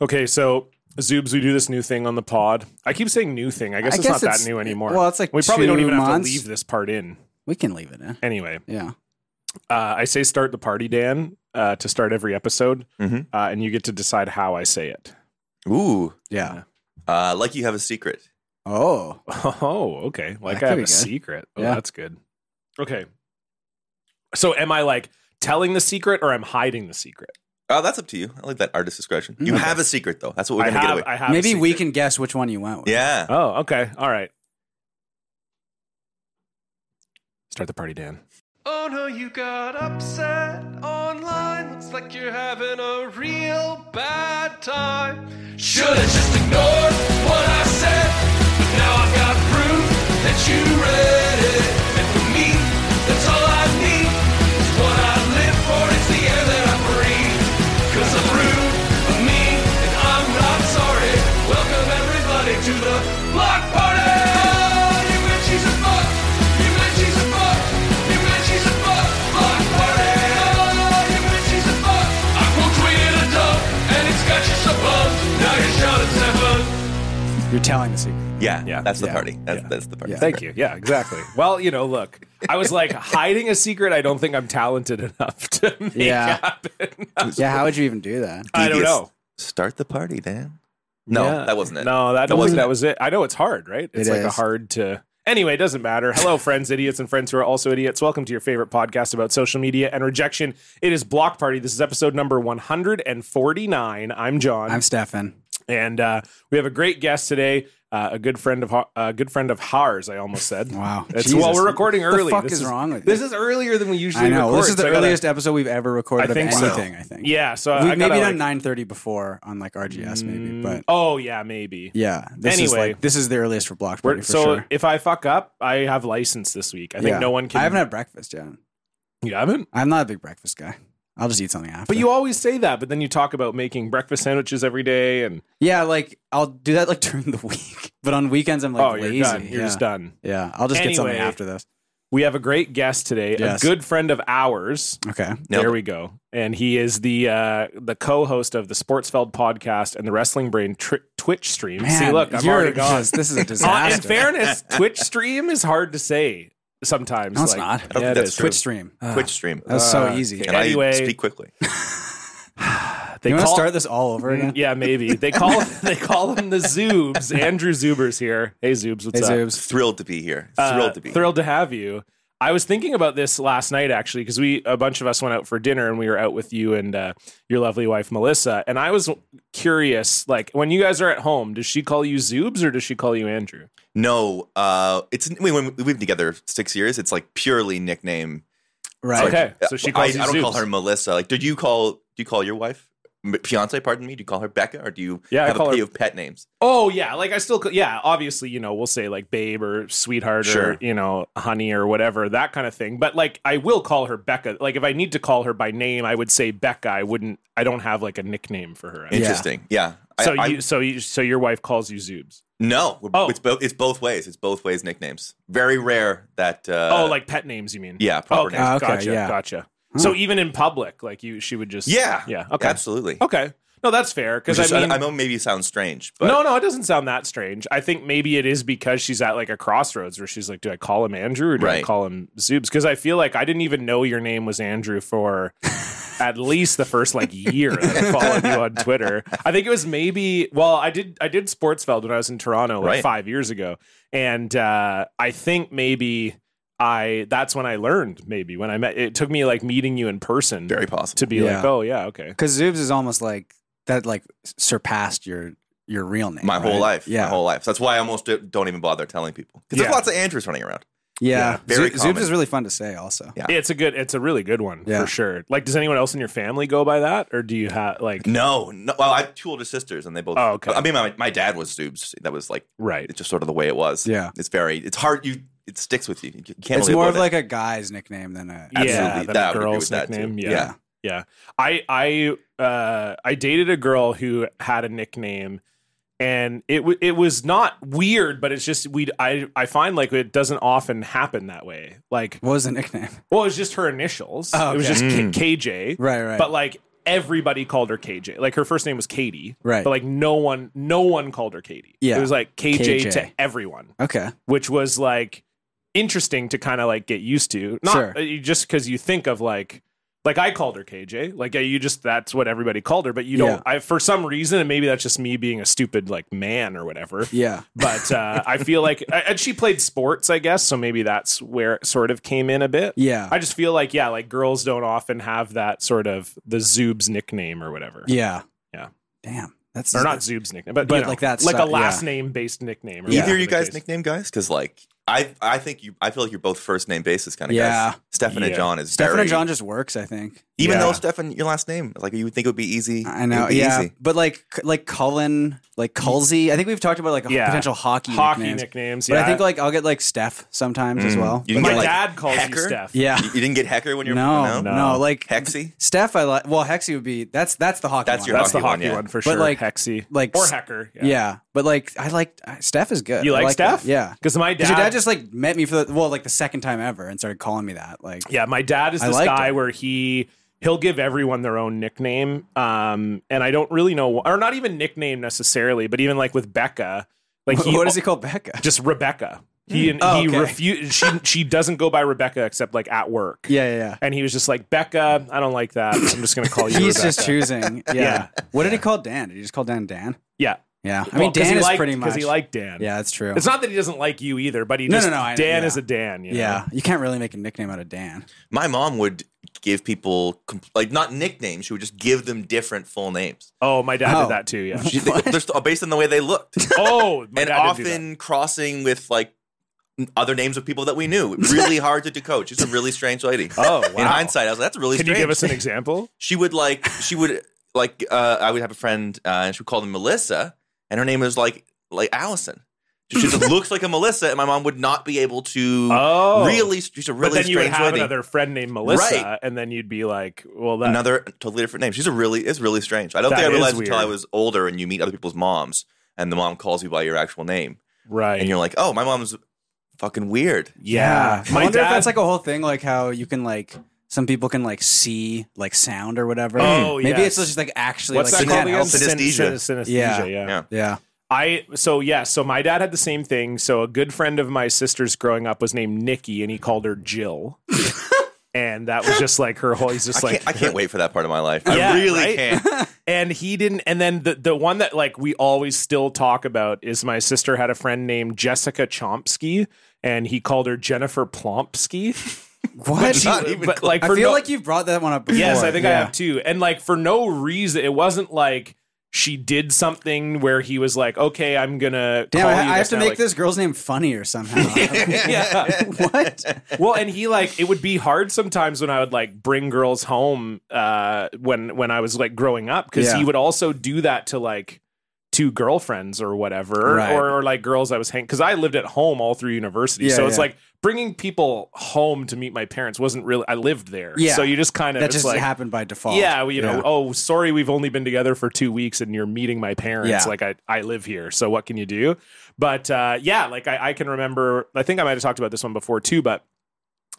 Okay, so Zoobs, we do this new thing on the pod. I keep saying new thing. I guess I it's guess not it's- that new anymore. well, it's like we probably don't two even have to months. leave this part in. We can leave it in. Anyway, Yeah. uh, I say start the party, Dan, uh, to start every episode, Mhm. uh, and you get to decide how I say it. Ooh, Yeah. uh, like you have a secret. Oh. Oh, okay. Like could I have be a good. secret. Oh, Yeah. that's good. Okay. So am I like telling the secret or I'm hiding the secret? Oh, that's up to you. I like that artist discretion. You Okay. have a secret though. That's what we're Mm. I gonna have. get away. I have. a Maybe we secret. can guess which one you went with. yeah. Oh, okay. All right. Start the party, Dan. Oh no, you got upset online. Looks like you're having a real bad time. Should've just ignored what I said, but now I've got proof that you read it. And for me, that's all I need. It's what I live for, it's the air that I breathe. Cause I'm rude, I'm mean, and I'm not sorry. Welcome everybody to the block party! You and she's a fuck, you and she's a fuck, you and she's a fuck, block party! You and she's a fuck. I quote tweeted a dub, and it's got you so bummed. Now you're shouting seven. You're telling the secret. Yeah, Yeah. That's the Yeah. party. That's, that's the party. Yeah. Thank you. Yeah, exactly. Well, you know, look, I was like hiding a secret. I don't think I'm talented enough to make Yeah. happen. Yeah. How would you even do that? I don't Devious. know. Start the party, Dan. No, Yeah. that wasn't it. No, that, That was wasn't that it. was it. I know it's hard, right? It's It like a is. hard to. Anyway, it doesn't matter. Hello, friends, idiots, and friends who are also idiots. Welcome to your favorite podcast about social media and rejection. It is Block Party. This is episode number 149. I'm John, I'm Stefan. and uh, we have a great guest today. Uh, a good friend of Ho- a good friend of Hars. I almost said. Wow. It's, Jesus. well, we're recording What the early. fuck This is wrong with you? This is earlier than we usually. I know. Record, This is the so I gotta- earliest episode we've ever recorded I of think so. anything, I think. Yeah. So I We've gotta, maybe done like- 930 before on like RGS, maybe, but Oh yeah, maybe. yeah. This is Anyway. like this is the earliest for block We're- party for so sure. if I fuck up, I have license this week. I think Yeah. no one can. I haven't had breakfast yet. You haven't. I'm not a big breakfast guy. I'll just eat something after. But you always say that, but then you talk about making breakfast sandwiches every day, and Yeah, like I'll do that like during the week. But on weekends I'm like oh, lazy. you're done. You're yeah. just done. Yeah. I'll just get something Anyway. after this. We have a great guest today, Yes. a good friend of ours. Okay. Nailed there it. we go, and he is the uh, the co-host of the Sportsfeld podcast and the Wrestling Brain tri- Twitch stream. See, look, I'm you're already gone. just- this is Uh, a in disaster. fairness, Twitch stream is hard to say sometimes. No, it's like- not. I don't Yeah, think it that's is. true. Twitch stream. Twitch stream. That was so Uh, easy. Can anyway, I speak quickly? They you want to call- Mm-hmm. start this all over again? Yeah, maybe they call they call him the Zoobs. Andrew Zuber's here. Hey Zoobs, what's Hey, up? Zoobs. Thrilled to be here. Uh, Thrilled to be. thrilled to have you. I was thinking about this last night actually because we a bunch of us went out for dinner and we were out with you and uh, your lovely wife Melissa and I was curious like when you guys are at home does she call you Zoobs or does she call you Andrew? No, uh, it's we, when we've been together six years. It's like purely nickname. uh, Right. Okay. so she calls I, you I don't call Zoobs. her Melissa. Like, did you call? Do you call your wife? M- Fiance, pardon me. Do you call her Becca, or do you Yeah, I have call a her- play of pet names? Oh yeah, like I still call- yeah obviously you know we'll say like babe or sweetheart Sure. or you know honey or whatever that kind of thing but like I will call her Becca like if I need to call her by name I would say Becca I wouldn't I don't have like a nickname for her. Interesting. Yeah. I- So I- you so you so your wife calls you Zoobs. no, we're- Oh. it's both. It's both ways. It's both ways. Nicknames. Very rare that. Uh, oh, like pet names, you mean? yeah, proper okay. names. Ah, okay, gotcha. yeah. Gotcha. So even in public, like you, she would just. Yeah. Yeah. Okay. Absolutely. Okay. No, that's fair. Because Which is- I I, mean, I know maybe it sounds strange, but no, no, it doesn't sound that strange. I think maybe it is because she's at like a crossroads where she's like, do I call him Andrew or do I Right. call him Zoobs? Because I feel like I didn't even know your name was Andrew for at least the first like year that I followed you on Twitter. I think it was maybe well, I did I did Sportsfeld when I was in Toronto like Right. five years ago, and uh, I think maybe. I that's when I learned maybe when I met it took me like meeting you in person very possible. to be like Yeah. oh yeah okay Because Zoobs is almost like that, like surpassed your your real name. my whole right? life. Yeah. My whole life. So that's why I almost do- don't even bother telling people. Because Yeah. there's lots of Andrews running around. yeah. Yeah, very Zo- Zoobs common. is really fun to say, also. Yeah. it's a good it's a really good one Yeah. for sure like does anyone else in your family go by that or do you have like No, no. Well, I have two older sisters, and they both. Oh, okay. I mean, my, my dad was Zoobs. That was like Right. it's just sort of the way it was. Yeah. It's very. It's hard. You. It sticks with you. You can't. It's really more of avoid like a guy's nickname than a. Absolutely. Yeah, than That a would agree girl's with that, too. nickname. Yeah. yeah. Yeah. I I uh I dated a girl who had a nickname and it w- it was not weird, but it's just we I I find like it doesn't often happen that way. Like What was the nickname? well, it was just her initials. Oh, It was okay. just K- KJ. Right, right. But like everybody called her KJ. Like her first name was Katie, Right. But like no one, no one called her Katie. Yeah. it was like KJ, KJ. to everyone, Okay. which was like interesting to kind of like get used to. Not Sure. uh, you- just because you think of like. Like I called her KJ. Like uh, you just that's what everybody called her, but you don't Yeah. I for some reason and maybe that's just me being a stupid like man or whatever Yeah. but uh, I feel like and she played sports, I guess, so maybe that's where it sort of came in a bit. Yeah. I just feel like yeah, like girls don't often have that sort of the Zoob's nickname or whatever, yeah. Yeah. Damn. That's or not Zoob's nickname, but, But you know, like that's like a not- last yeah. name based nickname. Or Yeah. whatever Either you the guys case. nickname guys? Because like I I think you I feel like you're both first name basis kind of Yeah. guys. Stefan and Yeah. John is Stefan very, and John just works, I think. Even Yeah. though Stefan, your last name, like you would think it would be easy. I it know, would be yeah, easy. but like, like Cullen, like Culsey. I think we've talked about like a Yeah. potential hockey hockey nicknames. nicknames. But yeah, I think like I'll get like Steph sometimes as Mm. well. But, You can my get, like, dad calls you Hecker? Steph. yeah, You, you didn't get Hecker when you no, no, were No. like Hexy. Steph. I like. Well, Hexy would be that's that's the hockey. That's one. your that's the hockey one, hockey one, yeah. for But, sure. like- Hexy like or s- Hecker, Yeah. but like I like Steph is good. You I like Steph? that. Yeah, Because my because your dad just like met me for the well like the second time ever and started calling me that. Like Yeah, my dad is I this liked guy it. where he he'll give everyone their own nickname. Um, and I don't really know, or not even nickname necessarily, but even like with Becca, like he, what does he call Becca? Just Rebecca. He and Oh, he okay. refuse. She she doesn't go by Rebecca except like at work. Yeah, yeah, yeah. And he was just like Becca. I don't like that. I'm just gonna call you. He's Rebecca. just choosing. Yeah. Yeah. What did he call Dan? Did he just call Dan Dan? yeah. Yeah. I Well, mean, 'cause he Dan is liked- pretty much. he liked Dan. yeah, that's true. It's not that he doesn't like you either, but he No, just no, no, I- Dan yeah. is a Dan. you know? yeah. You can't really make a nickname out of Dan. My mom would give people compl- like not nicknames. She would just give them different full names Oh, my dad Oh. did that too. Yeah. She- they- they're st- based on the way they looked, oh, my dad did do and that. often crossing with like other names of people that we knew. Really hard to decode. She's a really strange lady. Oh, In wow. hindsight, I was like, that's really Can you strange. give us an example? she would like she would like uh, I would have a friend uh, and she would call them Melissa, and her name was like like Allison. She just looks like a Melissa, and my mom would not be able to Oh. really. She's a really but then strange you would have lady. another friend named Melissa, Right. and then you'd be like, "Well, that, Another totally different name. She's a really it's really strange. I don't That think I is realized until weird. I was older and you meet other people's moms, and the mom calls you by your actual name, right?" and you're like, oh, my mom's fucking weird. yeah, I my wonder if dad. that's like a whole thing, like how you can like some people can like see like sound or whatever. Oh, Maybe yes. it's just like actually what's like that you called can't again? help Syn- it. Synesthesia. Syn- synesthesia, Yeah. yeah. Yeah. Yeah. I so yeah. So my dad had the same thing. So a good friend of my sister's growing up was named Nikki, and he called her Jill, and that was just like her whole. He's I just can't, like I can't wait for that part of my life. Yeah, I really right? can't. and he didn't and then the, the one that like we always still talk about is my sister had a friend named jessica chomsky and he called her jennifer plompsky What? She- Not even but close. like I for feel no- like you've brought that one up before. yes i think i Yeah. have too and like for no reason it wasn't like she did something where he was like okay i'm gonna Damn, call I, you I have this to now, make like- this girl's name funnier somehow. yeah what? well and he like it would be hard sometimes when i would like bring girls home uh when when i was like growing up because Yeah. he would also do that to like two girlfriends or whatever Right. or, or like girls i was hanging because i lived at home all through university Yeah, so it's yeah. like bringing people home to meet my parents wasn't really i lived there Yeah. so you just kind of That it's just like happened by default. yeah well, you know oh sorry we've only been together for two weeks and you're meeting my parents Yeah. like I, I live here so what can you do but uh, yeah like I, I can remember i think i might have talked about this one before too but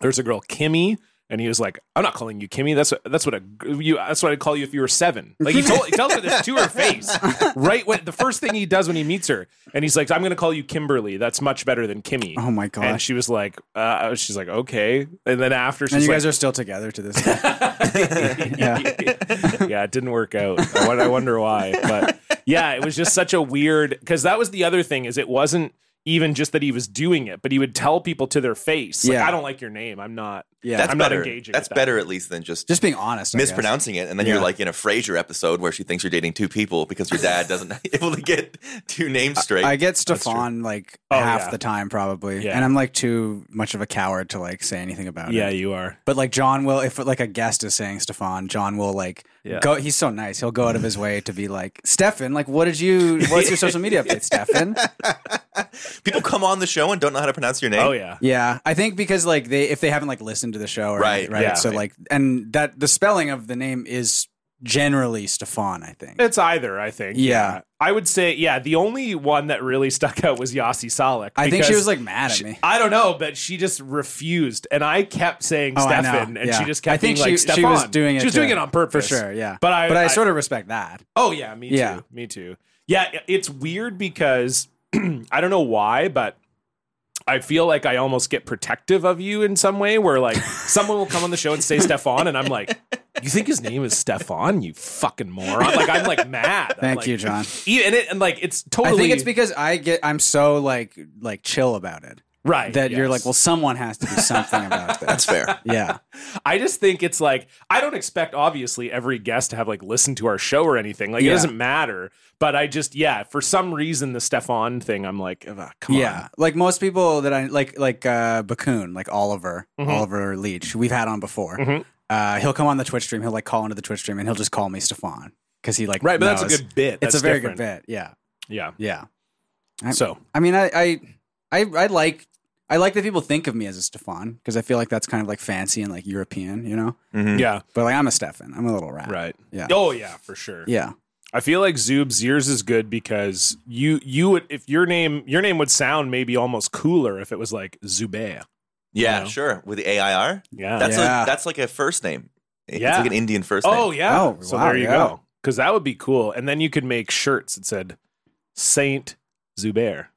there's a girl kimmy and he was like, "I'm not calling you Kimmy. That's that's what a you that's what I'd call you if you were seven. Like he told he tells her this to her face, right? When the first thing he does when he meets her, and he's like, "I'm going to call you Kimberly. That's much better than Kimmy." Oh my gosh. And she was like, uh, "She's like, okay." And then after, she's and you like, guys are still together to this day. yeah. it didn't work out. I won- I wonder why. But yeah, it was just such a weird because that was the other thing is it wasn't even just that he was doing it, but he would tell people to their face, like, Yeah. I don't like your name. I'm not. Yeah. That's I'm not better. engaging That's with that. better at least than just Just being honest. I guess. mispronouncing it, and then Yeah. you're like in a Frasier episode where she thinks you're dating two people because your dad doesn't able to get two names straight. I get Stefan like Oh, half yeah. the time probably, Yeah. and I'm like too much of a coward to like say anything about Yeah, it. you are. But like John will, if like a guest is saying Stefan, John will like Yeah. go. He's so nice. He'll go out of his way to be like Stefan. Like, what did you? What's your social media update, Stefan? People come on the show and don't know how to pronounce your name. Oh yeah. Yeah, I think because like they if they haven't like listened to the show or Right, right, right yeah. so like and that the spelling of the name is generally Stefan, I think. It's either, I think. Yeah. I would say, yeah, the only one that really stuck out was Yossi Salek. I think she because was like mad at me. I don't know, but she just refused, and I kept saying Oh, I know. Stefan, and she Yeah. just kept I think being she- like Stefan. she was doing it She was to- doing it on purpose, For sure, yeah. But I, but I, sort of respect that. oh yeah, me Yeah. too, me too. Yeah, it's weird because I don't know why, but I feel like I almost get protective of you in some way, where like someone will come on the show and say Stefan, and I'm like, you think his name is Stefan? You fucking moron! Like I'm like mad. I'm Thank like- you, John. E- And it and like it's totally I think it's because I get I'm so like like chill about it right that you're yes. like, well, someone has to do something about this. That's fair. yeah. I just think it's like I don't expect obviously every guest to have like listened to our show or anything. Like it Yeah. doesn't matter. But I just yeah, for some reason the Stefan thing, I'm like, "Ugh, come yeah. Like most people that I like like uh Bakun, like Oliver, Mhm. Oliver Leach, who we've had on before. Mhm. Uh he'll come on the Twitch stream, he'll like call into the Twitch stream and he'll just call me Stefan. Because he like on. Right, but that's a knows. good bit. it's That's a very different. good bit. Yeah. Yeah. Yeah. I- So I mean, I, I, I, I like, I like that people think of me as a Stefan because I feel like that's kind of like fancy and like European, you know. Mhm. yeah, But like, I'm a Stefan. I'm a little rat. right. Mm. Yeah. Oh yeah, for sure. Yeah. I feel like Zoob's yours is good because you you would if your name your name would sound maybe almost cooler if it was like Zubair. Yeah, You know? sure. With the AIR, Yeah. that's Oh, Yeah. like that's like a first name. It's Yeah. like an Indian first name. oh yeah. Oh, so wow, there you yeah. go. Because that would be cool. And then you could make shirts that said Saint Zubair.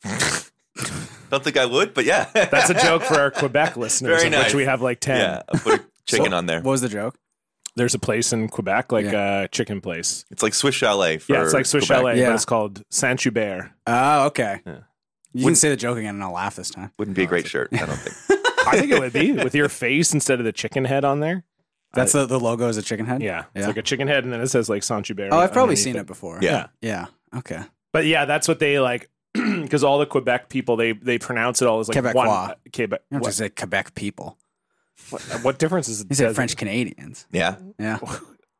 Don't think I would, but yeah. That's a joke for our Quebec listeners, Very of nice. which we have like 10. Yeah, I'll put a chicken on there. What was the joke? There's a place in Quebec, like a chicken place. It's like Swiss Chalet. For yeah, it's like Swiss Quebec. Chalet, but Yeah. it's called Saint Hubert. Oh, okay. Yeah. You can say the joke again, and I'll laugh this time. Wouldn't Oh, be a great shirt, I don't think. I think it would be with your face instead of the chicken head on there. That's the, the logo is a chicken head. Yeah, it's Yeah. like a chicken head, and then it says like Saint Hubert. Oh, I've probably underneath seen it before. Yeah. Yeah. Okay. But yeah, that's what they like. Because all the Quebec people, they they pronounce it all as like one uh, Quebecois. Quebec. You don't have to What, say Quebec people. what, what difference is it? You say does- French Canadians. Yeah. Yeah.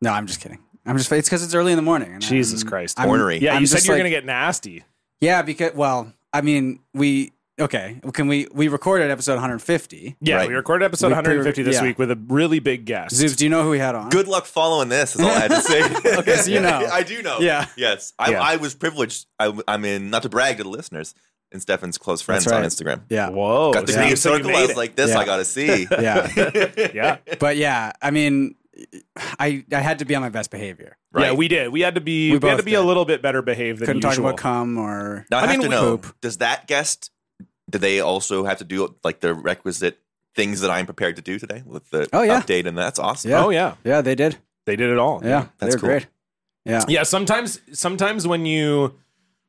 No, I'm just kidding. I'm just. It's because it's early in the morning. and Jesus I'm- Christ. I'm- Ornery. Yeah, I'm you said just you were like- gonna get nasty. Yeah, because well, I mean, we okay. Can we we recorded episode 150? Yeah, Right. we recorded episode We pre- 150 this yeah. week with a really big guest. Zoobs, do you know who we had on? Good luck following this. Is all I had to say. Okay, so you know. I do know. Yeah. Yes. I, Yeah. I was privileged. I, I'm in. Not to brag to the listeners. And Stefan's close friends right. on Instagram. Yeah. Whoa, Got the so Oh, you- green so you circle. made I was it. like, this Yeah. I gotta see. Yeah. yeah. but yeah, I mean, I I had to be on my best behavior. Right. Yeah, we did. We had to be we, We had to both be a did. little bit better behaved than Couldn't talk usual. about cum or Now I, I have mean, to we know. poop. Does that guest? Do they also have to do like the requisite things that I'm prepared to do today with the Oh, yeah. update? And that's awesome. Yeah. Oh yeah, yeah, they did. they did it all. Yeah, they that's were cool. great. Yeah. yeah. Sometimes, sometimes when you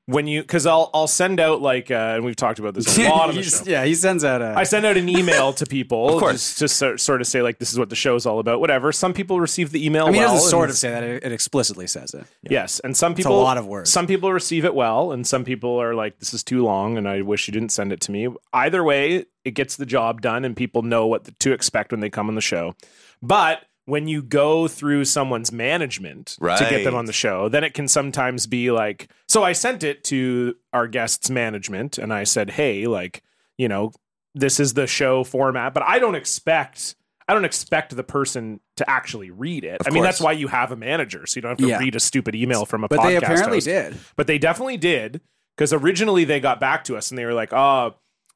when you because I'll I'll send out like uh, and we've talked about this a lot on the He's- show. yeah, he sends out a I send out an email to people Of course. just to so, sort of say like this is what the show is all about. Whatever. Some people receive the email. I mean, it well, doesn't sort and- of say that. It, it explicitly says it. Yes, and some It's people a lot of words. Some people receive it well, and some people are like, "This is too long," and I wish you didn't send it to me. Either way, it gets the job done, and people know what to expect when they come on the show. But when you go through someone's management to get them Right. on the show, then it can sometimes be like, "So I sent it to our guest's management, and I said, hey, like, you know, this is the show format," but I don't expect. I don't expect the person to actually read it. Of I mean, that's course. why you have a manager, so you don't have to Yeah. read a stupid email from a But podcast they apparently host. did. But they definitely did because originally they got back to us and they were like, "Oh,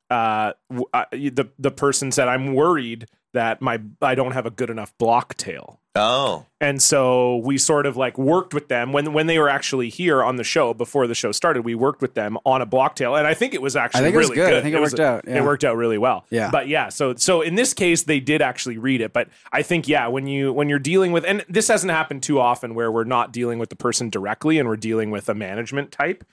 uh, w- uh, the the person said I'm worried that my I don't have a good enough block tail." Oh, And so we sort of like worked with them when when they were actually here on the show before the show started. We worked with them on a block tail, and I think it was actually I think it really was good. I think it, was worked a- out. Yeah. it worked out really well. Yeah. But yeah, so so in this case they did actually read it, but I think yeah, when you when you're dealing with and this hasn't happened too often where we're not dealing with the person directly and we're dealing with a management type.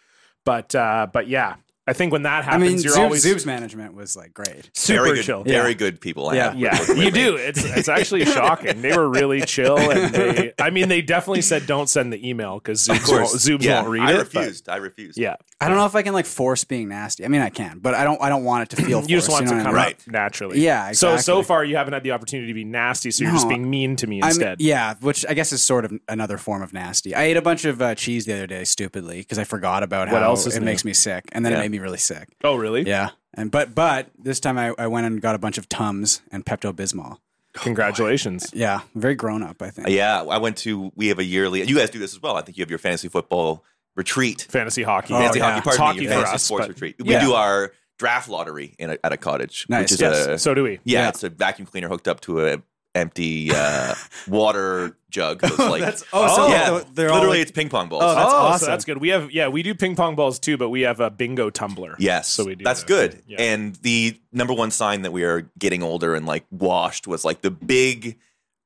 But uh but yeah, I think when that I happens mean, you're Zoob's, always Zoob's management was like great. super very good, chill. Very good people. I Yeah. have Yeah, you worked with lately. do. It's it's actually shocking. They were really chill, and they, I mean, they definitely said don't send the email because Zoobs, won't, Zoobs yeah. won't read I it. but- refused. I refused. Yeah, I don't know if I can like force being nasty. I mean, I can, but I don't. I don't want it to feel. you just forced, want know to what I come mean? out naturally. So Yeah, so exactly. far, you haven't had the opportunity to be nasty, so you're No, just being mean to me I'm- instead. yeah, which I guess is sort of another form of nasty. I ate a bunch of uh, cheese the other day stupidly because I forgot about What how else is it new? makes me sick, and then Yeah. it made me really sick. Oh, really? Yeah, and but but this time I, I went and got a bunch of Tums and Pepto Bismol. Congratulations. Yeah, very grown up. I think. Yeah, I went to. We have a yearly. You guys do this as well. I think you have your fantasy football retreat. Fantasy hockey. Oh, fantasy yeah. hockey. It's Pardon hockey me, your for fantasy us, sports but- retreat. Yeah. We do our draft lottery in a, at a cottage, Nice. which is Yes. a so do we. yeah, Yeah. it's a vacuum cleaner hooked up to a empty uh, water jug. That's like oh, so yeah, they're- they're all literally like- it's ping pong balls. Oh, that's oh, awesome. so that's good. We have yeah, we do ping pong balls too, but we have a bingo tumbler. Yes, so we do. That's that. good. Yeah. And the number one sign that we are getting older and like washed was like the big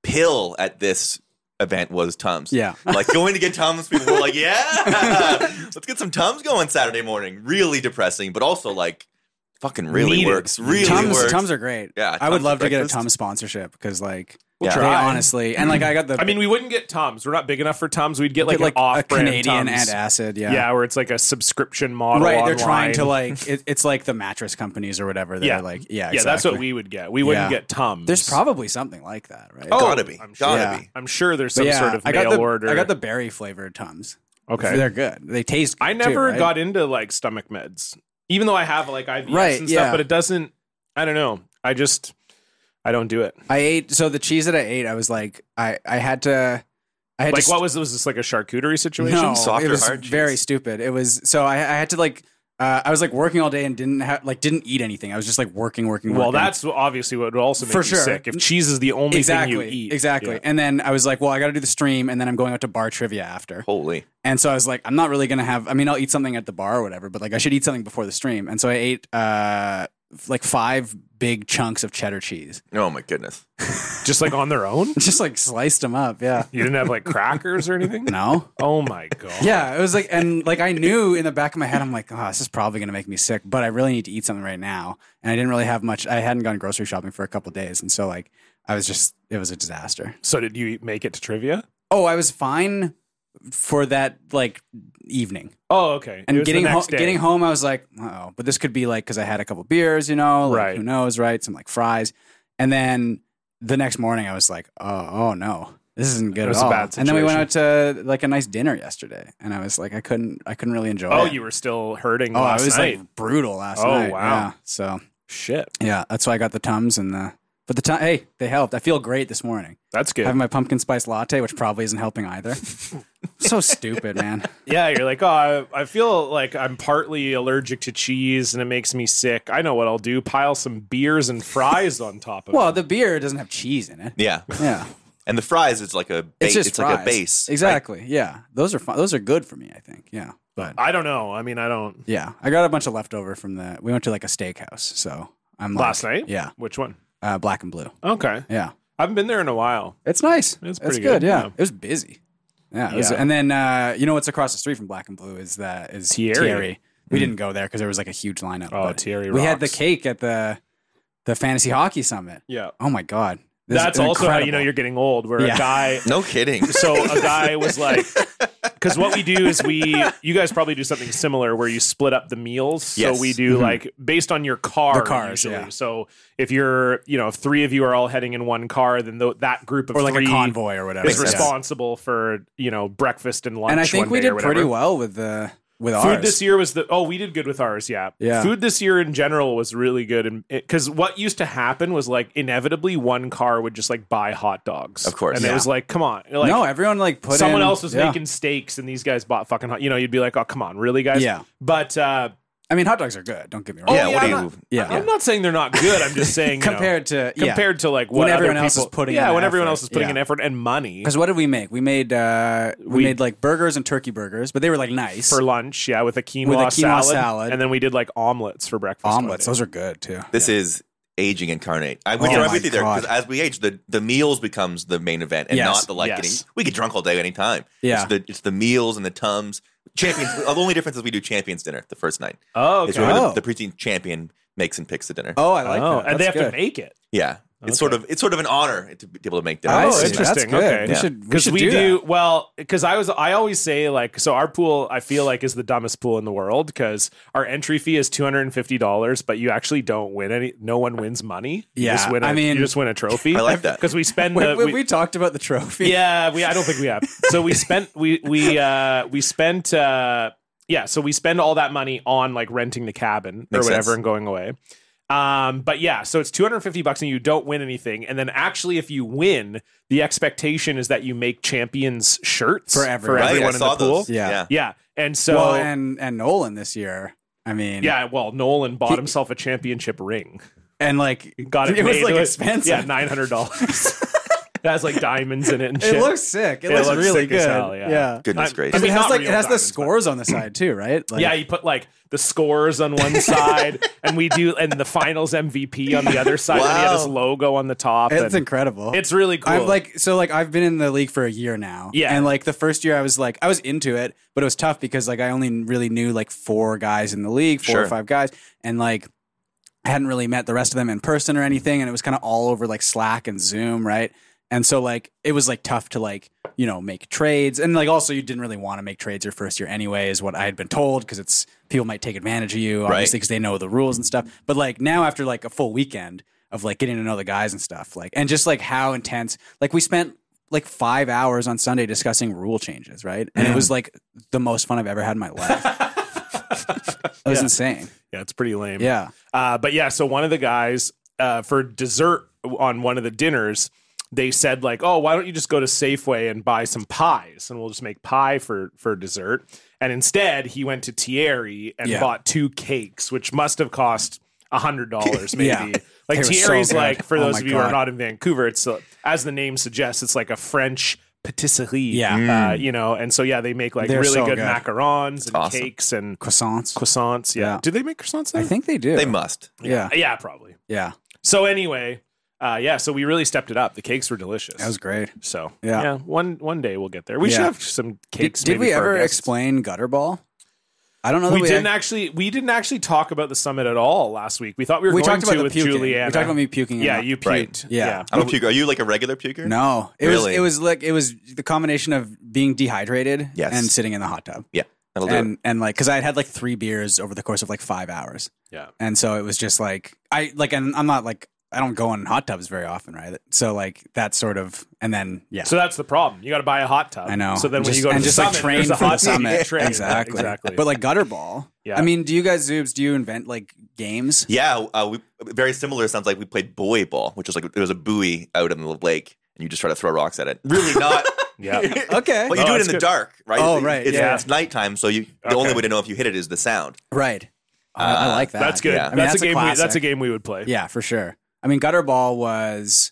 pill at this event was Tums. Yeah. like going to get Tums, people were like, "Yeah, let's get some Tums going Saturday morning." Really depressing, but also like fucking really Needed. works. Really Tums, works. Tums are great. Yeah, I would Tums love for to get a breakfast. Tums sponsorship because, like, Yeah. they Try. honestly, and like, I got the. I mean, we wouldn't get Tums. We're not big enough for Tums. We'd get like, get, like an a off-brand Canadian Tums. and acid. Yeah. yeah. where it's like a subscription model. Right, they're trying online. to like it, it's like the mattress companies or whatever. They're Yeah. like, yeah, Yeah, that's what exactly. we would get. We wouldn't Yeah. get Tums. There's probably something like that, right? Oh, gotta be, I'm sure. gotta Yeah. be. I'm sure there's But some sort of I mail got the, order. I got the berry flavored tums. okay. they're good. They taste. I good, never too, right? got into like stomach meds, even though I have like IBS Right, and yeah. stuff. But it doesn't. I don't know. I just I don't do it. I ate so the cheese that I ate. I was like, I I had to. I had Like to what was was this like a charcuterie situation? no, Soft it or was hard cheese? very stupid. It was so I, I had to like. Uh, I was like working all day and didn't have like didn't eat anything. I was just like working, working. Well, working. that's obviously what would also make For you sure. sick. If cheese is the only exactly thing you eat, exactly. Yeah. And then I was like, well, I got to do the stream, and then I'm going out to bar trivia after. Holy, And so I was like, I'm not really gonna have. I mean, I'll eat something at the bar or whatever, but like I should eat something before the stream. And so I ate uh f- like five big chunks of cheddar cheese, oh my goodness. Just like on their own, just like sliced them up. Yeah. you didn't have like crackers or anything. No. Oh my god. Yeah, it was like, and like I knew in the back of my head, I'm like, oh, this is probably gonna make me sick, but I really need to eat something right now. And I didn't really have much. I hadn't gone grocery shopping for a couple days, and so like I was just, it was a disaster. So did you make it to trivia? Oh, I was fine for that like evening. Oh, okay. It and was the getting home, next day. getting home, I was like, oh, but this could be like because I had a couple beers, you know, like, Right. Who knows, right? Some like fries, and then the next morning, I was like, oh, oh no, this isn't good It was at a all. bad and then we went out to like a nice dinner yesterday, and I was like, I couldn't, I couldn't really enjoy. Oh, it. you were still hurting Oh, I last was night. like brutal last Oh, night. wow. Yeah. So Shit, yeah, that's why I got the tums and the. But the time, hey, they helped. I feel great this morning. that's good. Having my pumpkin spice latte, which probably isn't helping either. so stupid, man. yeah, you're like, oh, I, I feel like I'm partly allergic to cheese and it makes me sick. I know what I'll do: pile some beers and fries on top of it. Well, the beer doesn't have cheese in it. Yeah, Yeah. and the fries is like a ba- it's it's, just like a fries. base. Exactly. Yeah. Those are fun. Those are good for me, I think. Yeah. But I don't know. I mean, I don't. yeah, I got a bunch of leftover from the. We went to like a steakhouse, so I'm like, Last night? Yeah. Which one? Uh, black and blue. Okay, Yeah. I haven't been there in a while. It's nice. It's It's pretty good. good, Yeah. yeah. It was busy. Yeah. it was- Yeah. and then uh, you know what's across the street from Black and Blue is that is Thierry. Hmm. Thierry. We didn't go there because there was like a huge lineup. Oh, but Thierry We had the rocks. cake at the the fantasy hockey summit. Yeah, Oh my god. This is that's also how you know incredible. you're getting old. Where a Yeah. guy, No kidding. so a guy was like, because what we do is we, you guys probably do something similar where you split up the meals. So Yes. we do like based on your car, Mm-hmm. The cars, usually. yeah. So if you're, you know, if three of you are all heading in one car, then th- that group of or like three a convoy or whatever. is Yeah. responsible for you know breakfast and lunch. And I think one we day or did pretty whatever. well with the with Food ours. this year was the oh we did good with ours yeah Yeah. food this year in general was really good and because what used to happen was like inevitably one car would just like buy hot dogs Of course. and it Yeah. was like come on like no, everyone like put someone in- else was yeah. making steaks and these guys bought fucking hot you know you'd be like oh come on really guys Yeah. but uh I mean, hot dogs are good. Don't get me wrong. oh, Yeah, yeah, what I'm do not, you- yeah. I'm not saying they're not good I'm just saying you know, compared to yeah. compared to like what When other everyone else people- is putting yeah in when everyone effort, else is putting yeah. in effort and money because what did we make? We made uh, we, We- made like burgers and turkey burgers, but they were like nice for lunch yeah with a quinoa, With a quinoa salad, salad. and then we did like omelets for breakfast one omelets. day. Those are good too. This is aging incarnate. I, Oh which I'm my with you there God. because as we age, the, the meals becomes the main event and Yes, not the like yes. getting. We get drunk all day anytime. Yeah. it's the, it's the meals and the tums. Champions. the only difference is we do champions dinner the first night. oh It's okay. where Oh. the, the preteen champion makes and picks the dinner. Oh, I like oh, that. and they have That's to good. make it. Yeah, it's sort of it's sort of an honor to be able to make dinner. I Oh, see. interesting. That's good. Okay. We Yeah. should we Because should we, do, do, that. well. Because I was, I always say like, so our pool, I feel like is the dumbest pool in the world because our entry fee is two hundred and fifty dollars, but you actually don't win any. No one wins money. You Yeah, just win a- I mean- you just win a trophy. I like that. because we spend Wait, the. wait, we- we, talked about the trophy. yeah, we. I don't think we have. So we spent. We we uh we spent. uh Yeah, so we spend all that money on like renting the cabin or Makes whatever sense. and going away. Um, but yeah, so it's 250 bucks and you don't win anything. And then actually, if you win, the expectation is that you make champions shirts For everyone. Right, everyone I in saw the pool. those. Yeah. yeah. Yeah. And so, well, and and Nolan this year. I mean, yeah, well, Nolan bought He- himself a championship ring. and like Got it. It was made like with- expensive. Yeah, nine hundred dollars. It has like diamonds in it and shit. it looks sick. It, It looks, looks really sick good. as hell, yeah. Goodness I- gracious. I And mean, it has not like real it has the diamonds, but- scores on the side too, right? Like, yeah, you put like the scores on one side, and we do, and the finals MVP on the other side, and he had his Wow. logo on the top. it's and incredible. it's really cool. I've like so like I've been in the league for a year now. Yeah. And like the first year I was like I was into it, but it was tough because like I only really knew like four guys in the league, four or Sure. five guys, and like I hadn't really met the rest of them in person or anything, and it was kind of all over like Slack and Zoom, right? And so like it was like tough to like you know make trades, and like also you didn't really want to make trades your first year anyway, is what I had been told because it's people might take advantage of you obviously because they know the rules and stuff. But like now after like a full weekend of like getting to know the guys and stuff, like and just like how intense, like we spent like five hours on Sunday discussing rule changes, right? And it was like the most fun I've ever had in my life. It was insane. yeah, it's pretty lame. Yeah. Uh, but yeah, so one of the guys uh, for dessert on one of the dinners, they said like, "Oh, why don't you just go to Safeway and buy some pies, and we'll just make pie for for dessert." And instead, he went to Thierry and Yeah. bought two cakes, which must have cost a hundred dollars, maybe. Yeah. Like They were so Thierry's good. like for Oh those my of you who are God. not in Vancouver, it's uh as the name suggests, it's like a French patisserie. Yeah. Mm. uh, you know, and so yeah, they make like They're really so good, good. macarons and Awesome. cakes and Croissants. croissants. Yeah. Yeah. do they make croissants? There? I think they do. They must. yeah. yeah, probably. Yeah. So anyway, uh, yeah, so we really stepped it up. The cakes were delicious. That was great. so Yeah. one one day we'll get there. We Yeah. should have some Did, cakes. did maybe we for our ever guests. explain Oh, gutter ball? I don't know that We we, didn't actually. We didn't actually talk about the summit at all last week. We thought we were we going talked about to the with puking. Juliana. We talked about me puking. and yeah, not- you puked. Right. Yeah. I'm a puker. Are you like a regular puker? No, it was Really? it was like it was the combination of being dehydrated Yes. and sitting in the hot tub Yeah. That'll do it. and and like because I had had like three beers over the course of like five hours. Yeah. and so it was just like I like and I'm not like I don't go in hot tubs very often, right? So like that sort of and then yeah. So that's the problem. You got to buy a hot tub. I know. So then when Just- you go to and the just summit, like train there's a for the hot tub you summit, can train. exactly, exactly. But like gutter ball, Yeah. I mean, do you guys zoobs? Do you invent like games? Yeah, uh, we, very similar. Sounds like we played boy ball, which is like there was a buoy out on the lake, and you just try to throw rocks at it. Really not. yeah. Okay, Well, you No, do it that's in the good. dark, right? Oh, right, It's, yeah. it's nighttime, so you the only Okay. way to know if you hit it is the sound. right. I, I like that. That's good. Uh, Yeah. I mean, that's, that's a a game. we, that's a classic. game we would play. Yeah, for sure. I mean, gutter ball was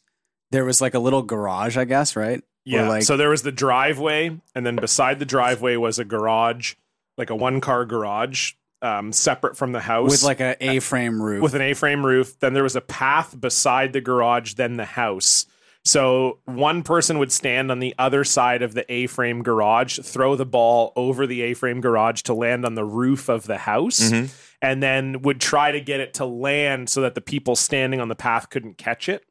there was like a little garage, I guess, right? Where, Yeah. like- so there was the driveway, and then beside the driveway was a garage, like a one car garage, um, separate from the house with like a A-frame roof. with an A frame roof. Then there was a path beside the garage, then the house. So one person would stand on the other side of the A frame garage, throw the ball over the A frame garage to land on the roof of the house. Mm-hmm. And then would try to get it to land so that the people standing on the path couldn't catch it.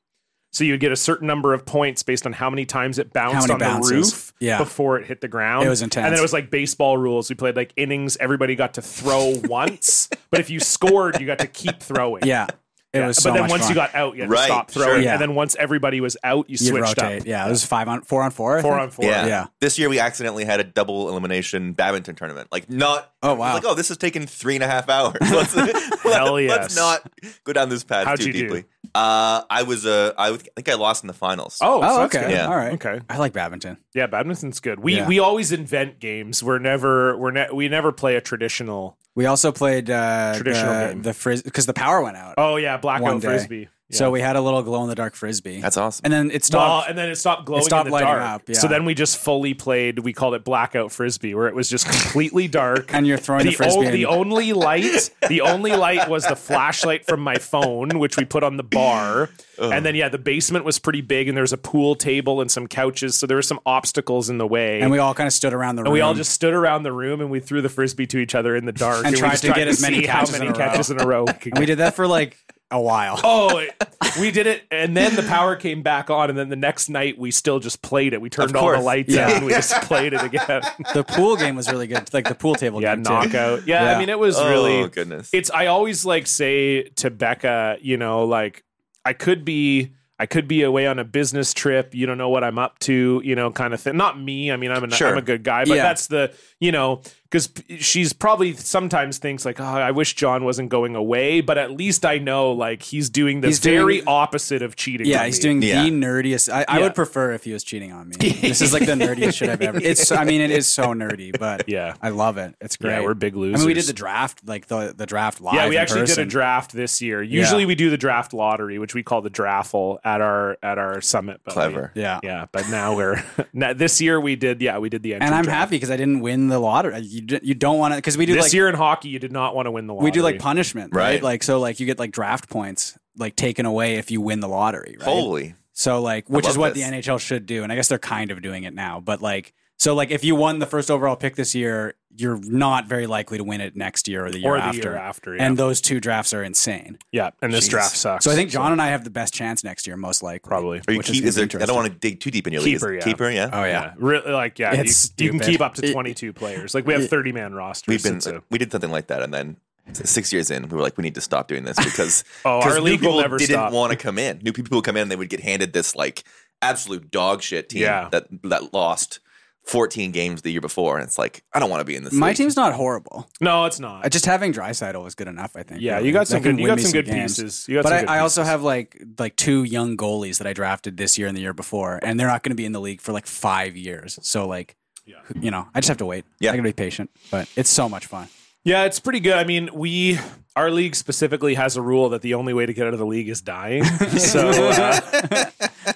So you'd get a certain number of points based on how many times it bounced many on bounces. the roof Yeah. before it hit the ground. It was intense. And then it was like baseball rules. We played like innings. Everybody got to throw once, but if you scored, you got to keep throwing. yeah, it Yeah, was. So but then much once fun. you got out, you had to Right, stop throwing. sure. Yeah. And then once everybody was out, you You'd switched rotate. up. Yeah, it was five on four on four. I Four think? on four. Yeah. Yeah. This year we accidentally had a double elimination badminton tournament. Like not. Oh, wow. Like oh, this has taken three and a half hours. Let's, let, Hell yes. us not go down this path How'd too you do? deeply. Uh, I was uh, I would- I think I lost in the finals. Oh, so Oh, that's okay. good. Yeah. All right. Okay. I like badminton. Yeah, badminton's good. We Yeah. we always invent games. We're never we're ne- we never play a traditional. We also played uh, Traditional the, game. the frizz because the power went out. Oh yeah, One blackout day. frisbee. Yeah. So we had a little glow in the dark frisbee. that's awesome. and then it Well, stopped. and then it stopped glowing. stopped in the lighting dark. up, yeah. So then we just fully played. We called it blackout frisbee, where it was just completely dark. and you're throwing the, the, frisbee. o- the and- only light, the only light was the flashlight from my phone, which we put on the bar. And then yeah, the basement was pretty big, and there was a pool table and some couches, so there were some obstacles in the way. and we all kind of stood around the room. And we all just stood around the room and we threw the frisbee to each other in the dark And we tried just to get as many see catches how many in a row. catches in a row. we could And we get. did that for like a while. Oh, it- we did it, and then the power came back on, and then the next night we still just played it. We turned all the course. lights Yeah. out and we just played it again. The pool game was really good. Like the pool table yeah, game. too. knockout. Yeah, I Yeah. mean it was oh really goodness. it's i always like say to becca you know like i could be i could be away on a business trip you don't know what i'm up to you know kind of thing not me i mean i'm a, Sure. am a good guy but Yeah. that's the you know because she's probably sometimes thinks like, oh, I wish John wasn't going away, but at least I know like he's doing the He's doing- very opposite of cheating. Yeah, on he's me. doing Yeah. the nerdiest. I, I Yeah. would prefer if he was cheating on me. this is like the nerdiest shit I've ever. It's. I mean, it is so nerdy, but Yeah. I love it. It's great. Yeah, we're big I losers. mean, we did the draft, like the the draft live. Yeah, we in actually did person. a draft this year. Usually Yeah. we do the draft lottery, which we call the draffle at our at our summit. But we- Clever. Yeah. yeah, but now we're now, this year we did. Yeah, we did the entry and I'm draft. happy because I didn't win the lottery. You d- you don't want to because we do This like year in hockey, you did not want to win the lottery. we do like punishment, right? Right. Like so, like you get like draft points like taken away if you win the lottery. Right? Holy. So like, which is love what this. the NHL should do, and I guess they're kind of doing it now. But like, so like, if you won the first overall pick this year, you're not very likely to win it next year or the year or the after. year after. Yeah, And and, those two drafts are insane. yeah, and this Jeez. draft sucks. So I think John and I have the best chance next year, most likely. probably. Are you Which keep, is is there, I interesting. don't want to dig too deep in your Keeper, yeah. league. Is- Keeper, yeah. Oh yeah. really, like yeah, you, It's you can stupid. keep up to It- 22 players. Like we have it- 30 man rosters. We've been uh, It's a- we did something like that, and then s- six years in, we were like, we need to stop doing this because oh, 'cause our new league people will never didn't stop. want to come in. New people would come in, and they would get handed this like absolute dog shit team Yeah. that that lost. 14 games the year before, and it's like, I don't want to be in this. My league. team's not horrible. no, it's not. I Uh, just having Drysidle was good enough, I think. yeah, really. you got That some can good. You win got me some good games. pieces. You got But some I, good I also pieces. have like like two young goalies that I drafted this year and the year before, and they're not going to be in the league for like five years. So like, Yeah. you know, I just have to wait. Yeah. I can be patient, but it's so much fun. Yeah, it's pretty good. I mean, we our league specifically has a rule that the only way to get out of the league is dying. so, uh,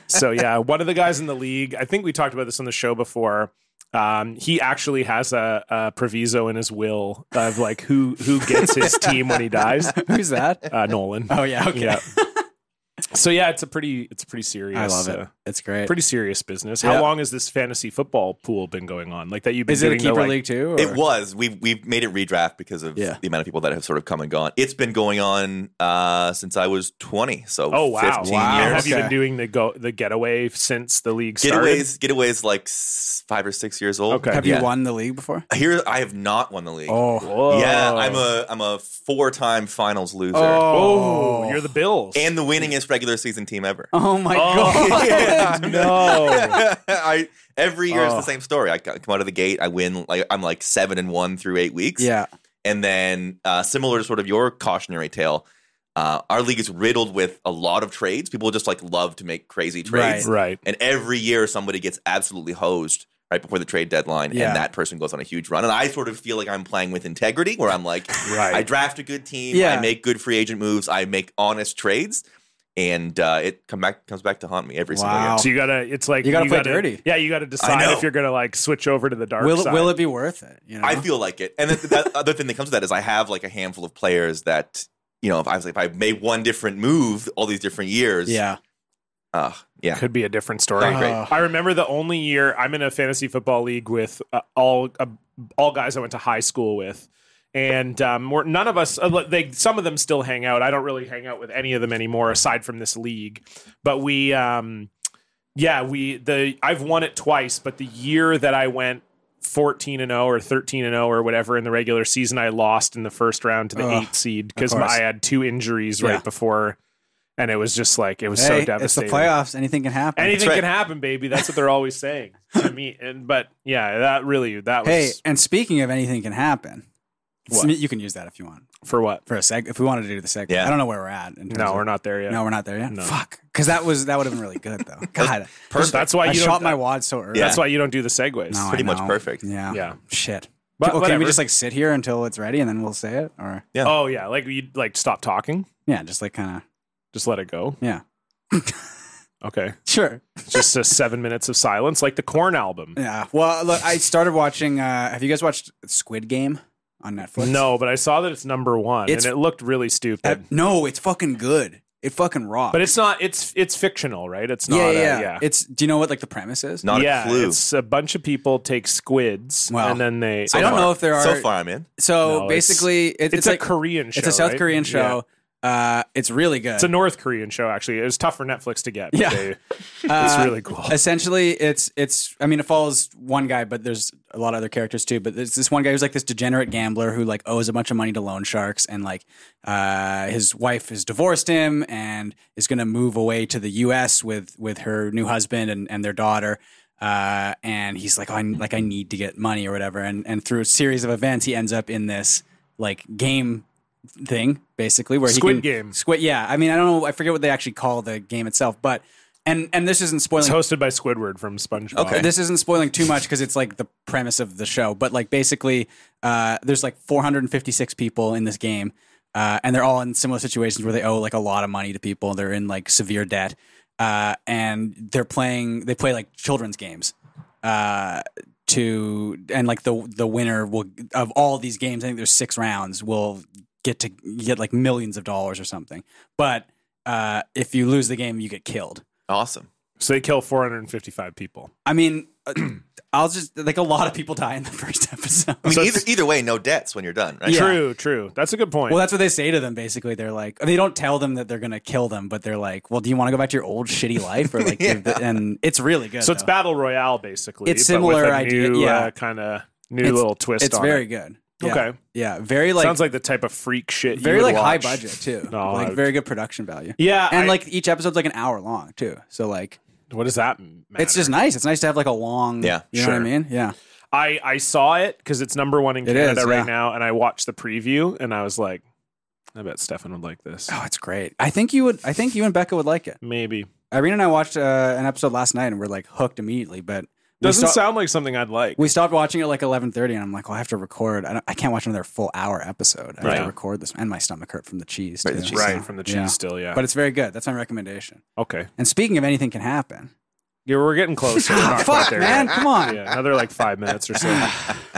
so yeah, one of the guys in the league, I think we talked about this on the show before. Um, he actually has a, a proviso in his will of like who who gets his team when he dies. Who's that? Uh, Nolan. Oh yeah, okay. Yeah. So yeah, it's a pretty it's pretty serious. I love it. uh, It's great. pretty serious business. How Yeah. long has this fantasy football pool been going on? Like that you've been Is it doing a the, keeper like- league too? or- It was. We've we've made it redraft because of Yeah. the amount of people that have sort of come and gone. It's been going on uh, since I was twenty, so Oh wow! 15 Wow. years. Have you Okay. been doing the go the getaway since the league started? Getaways, getaways, like s- five or six years old. Okay. Have Yeah. you won the league before? Here, I have not won the league. Oh, Whoa. Yeah, I'm a I'm a four time finals loser Oh, you're the Bills and the winningest regular season team ever. Oh my god! yeah, no. I every year it's Oh. the same story. I c- come out of the gate, I win like I'm like seven and one through eight weeks. Yeah, And then, uh, similar to sort of your cautionary tale, uh, our league is riddled with a lot of trades. People just like love to make crazy trades. Right. And every year somebody gets absolutely hosed right before the trade deadline. Yeah. And that person goes on a huge run. And I sort of feel like I'm playing with integrity where I'm like, Right. I draft a good team. Yeah. I make good free agent moves. I make honest trades. And uh, it come back comes back to haunt me every single Wow. year. So you gotta. It's like You gotta play dirty. Yeah, you gotta decide know. if you're gonna like switch over to the dark will side. will it be worth it? You know? I feel like it. And the, the other thing that comes with that is I have like a handful of players that, you know, if I was like, if I made one different move all these different years, yeah. uh, yeah. Could be a different story. Not great. Uh, I remember the only year I'm in a fantasy football league with uh, all uh, all guys I went to high school with, and um, we're, none of us. uh, like, They some of them still hang out. I don't really hang out with any of them anymore, aside from this league. But we, um, yeah, we the I've won it twice, but the year that I went. 14 and 0 or 13 and 0 or whatever in the regular season I lost in the first round to the Ugh, 8 seed because course. I had two injuries right Yeah. before and it was just like it was Hey, so devastating It's the playoffs. Anything can happen. anything right. can happen, baby. That's what they're always saying to me. And but yeah, that really that was Hey, and speaking of anything can happen, What? Sme- you can use that if you want for what? for a seg. If we wanted to do the segment, Yeah. I don't know where we're at. In terms No, of- we're not there yet. No, we're not there yet. No. Fuck, because that was that would have been really good though. God, Perfect. That's why I you shot don't. my wad so early. That's why you don't do the segues. No, I pretty much know. perfect. Yeah. Yeah. Shit. But But okay, whatever. we just like sit here until it's ready, and then we'll say it, or Oh yeah, like you like stop talking, yeah, just like kind of just let it go. yeah. Okay, Sure. just a seven minutes of silence, like the Corn album. Yeah. Well, look, I started watching. Uh, have you guys watched Squid Game on Netflix? No, but I saw that it's number one, It's- and it looked really Uh, stupid. no, it's fucking good. It fucking rocks. but it's not. It's it's fictional, right? It's not. yeah, a, yeah, yeah. It's. Do you know what like the premise is? Not yeah, a clue. it's a bunch of people take squids Wow. and then they. So I don't far- know if there are- So far, I'm in. So No, it's- basically, it- it's, it's, a like Korean show. it's a South right? Korean Yeah. show. Uh, it's really good. It's a North Korean show, actually. It was tough for Netflix to get. But Yeah. they, Uh, it's really cool. Essentially, it's it's. I mean, it follows one guy, but there's a lot of other characters too. But there's this one guy who's like this degenerate gambler who like owes a bunch of money to loan sharks, and like uh, his wife has divorced him and is going to move away to the U.S. with with her new husband and and their daughter. Uh, and he's like, oh, I, like I need to get money or whatever. And and through a series of events, he ends up in this like game thing, basically where Squid he can, Game. Squid, yeah. I mean, I don't know, I forget what they actually call the game itself, but and and this isn't spoiling It's hosted by Squidward from SpongeBob. Okay. this isn't spoiling too much because it's like the premise of the show, but like basically, uh, there's like 456 people in this game, uh, and they're all in similar situations where they owe like a lot of money to people. They're in like severe debt, uh, and they're playing. They play like children's games, uh, to and like the the winner will of all these games. I think there's six rounds. Will get to get like millions of dollars or something, but uh, if you lose the game, you get killed. Awesome. So they kill 455 people. I mean, uh, I'll just like a lot of people die in the first episode. I mean, So either it's- either way, no debts when you're done, right? Yeah. True, true. That's a good point. well, that's what they say to them. Basically, they're like they don't tell them that they're gonna kill them, but they're like, "Well, do you want to go back to your old shitty life?" Or like, and it's really good. so it's though. battle royale basically. It's but similar with a idea, New, yeah. uh, kind of new It's- little twist. It's on very it. good. Yeah. Okay. yeah, very like Sounds like the type of freak shit. you very would like high watch. budget too. No, like I- very good production value. Yeah, and I- like each episode's like an hour long too. So like, What does that matter? it's just nice. It's nice to have like a long. Yeah, you know what I sure. mean. Yeah, I I saw it because it's number one in It Canada is, yeah. right now, and I watched the preview, and I was like, I bet Stefan would like this. oh, it's great. I think you would. I think you and Becca would like it. Maybe Irene and I watched uh, an episode last night and we're like hooked immediately. But we, doesn't sto- sound like something I'd like. we stopped watching at like eleven thirty, and I'm like, well, I have to record. I, don't, I can't watch another full hour episode. I have Right. to record this, and my stomach hurt from the cheese. Right, the too. cheese. right from the cheese Yeah. still, yeah. But it's very good. That's my recommendation. okay, And speaking of anything can happen, yeah, we're getting closer. Oh, We're not quite fuck there man, yet. come on. Yeah, another like five minutes or so.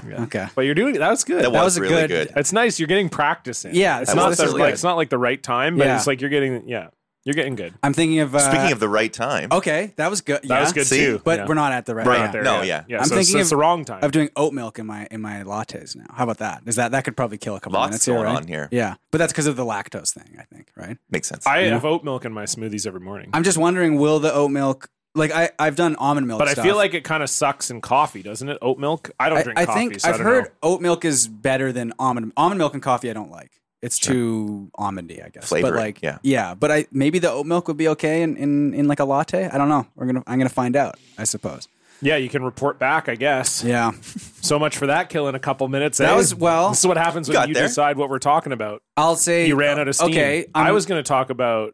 Yeah. Okay, But you're doing that was good. That was, was a really good- good. It's nice. You're getting practice in. Yeah, it's that not was the, really like good. it's not like the right time, but Yeah. it's like you're getting yeah, you're getting good. I'm thinking of. Uh, Speaking of the right time, okay, that was good. That yeah. was good See? too. but yeah. we're not at the right. We're Right. yeah. not there. No, yet. yeah. yeah. I'm so it's- thinking it's of- the wrong time. Of doing oat milk in my in my lattes now. How about that? Is that that could probably kill a couple minutes lots here, going right? on here. Yeah, but that's because of the lactose thing, I think, right? Makes sense. I yeah. have oat milk in my smoothies every morning. I'm just wondering, will the oat milk like I I've done almond milk, but I stuff. feel like it kind of sucks in coffee, doesn't it? Oat milk. I don't I, drink I coffee. think so I I've don't heard know. oat milk is better than almond almond milk and coffee. I don't like. It's too almondy, I guess. Flavoring, but like, yeah. yeah. But I maybe the oat milk would be okay in, in in like a latte. I don't know. We're gonna I'm gonna find out. I suppose. Yeah, you can report back, I guess. Yeah. So much for that kill in a couple minutes. That eh? was- well- This is what happens when Got you there. decide what we're talking about. I'll say You ran out of steam. Okay. I'm- I was going to talk about.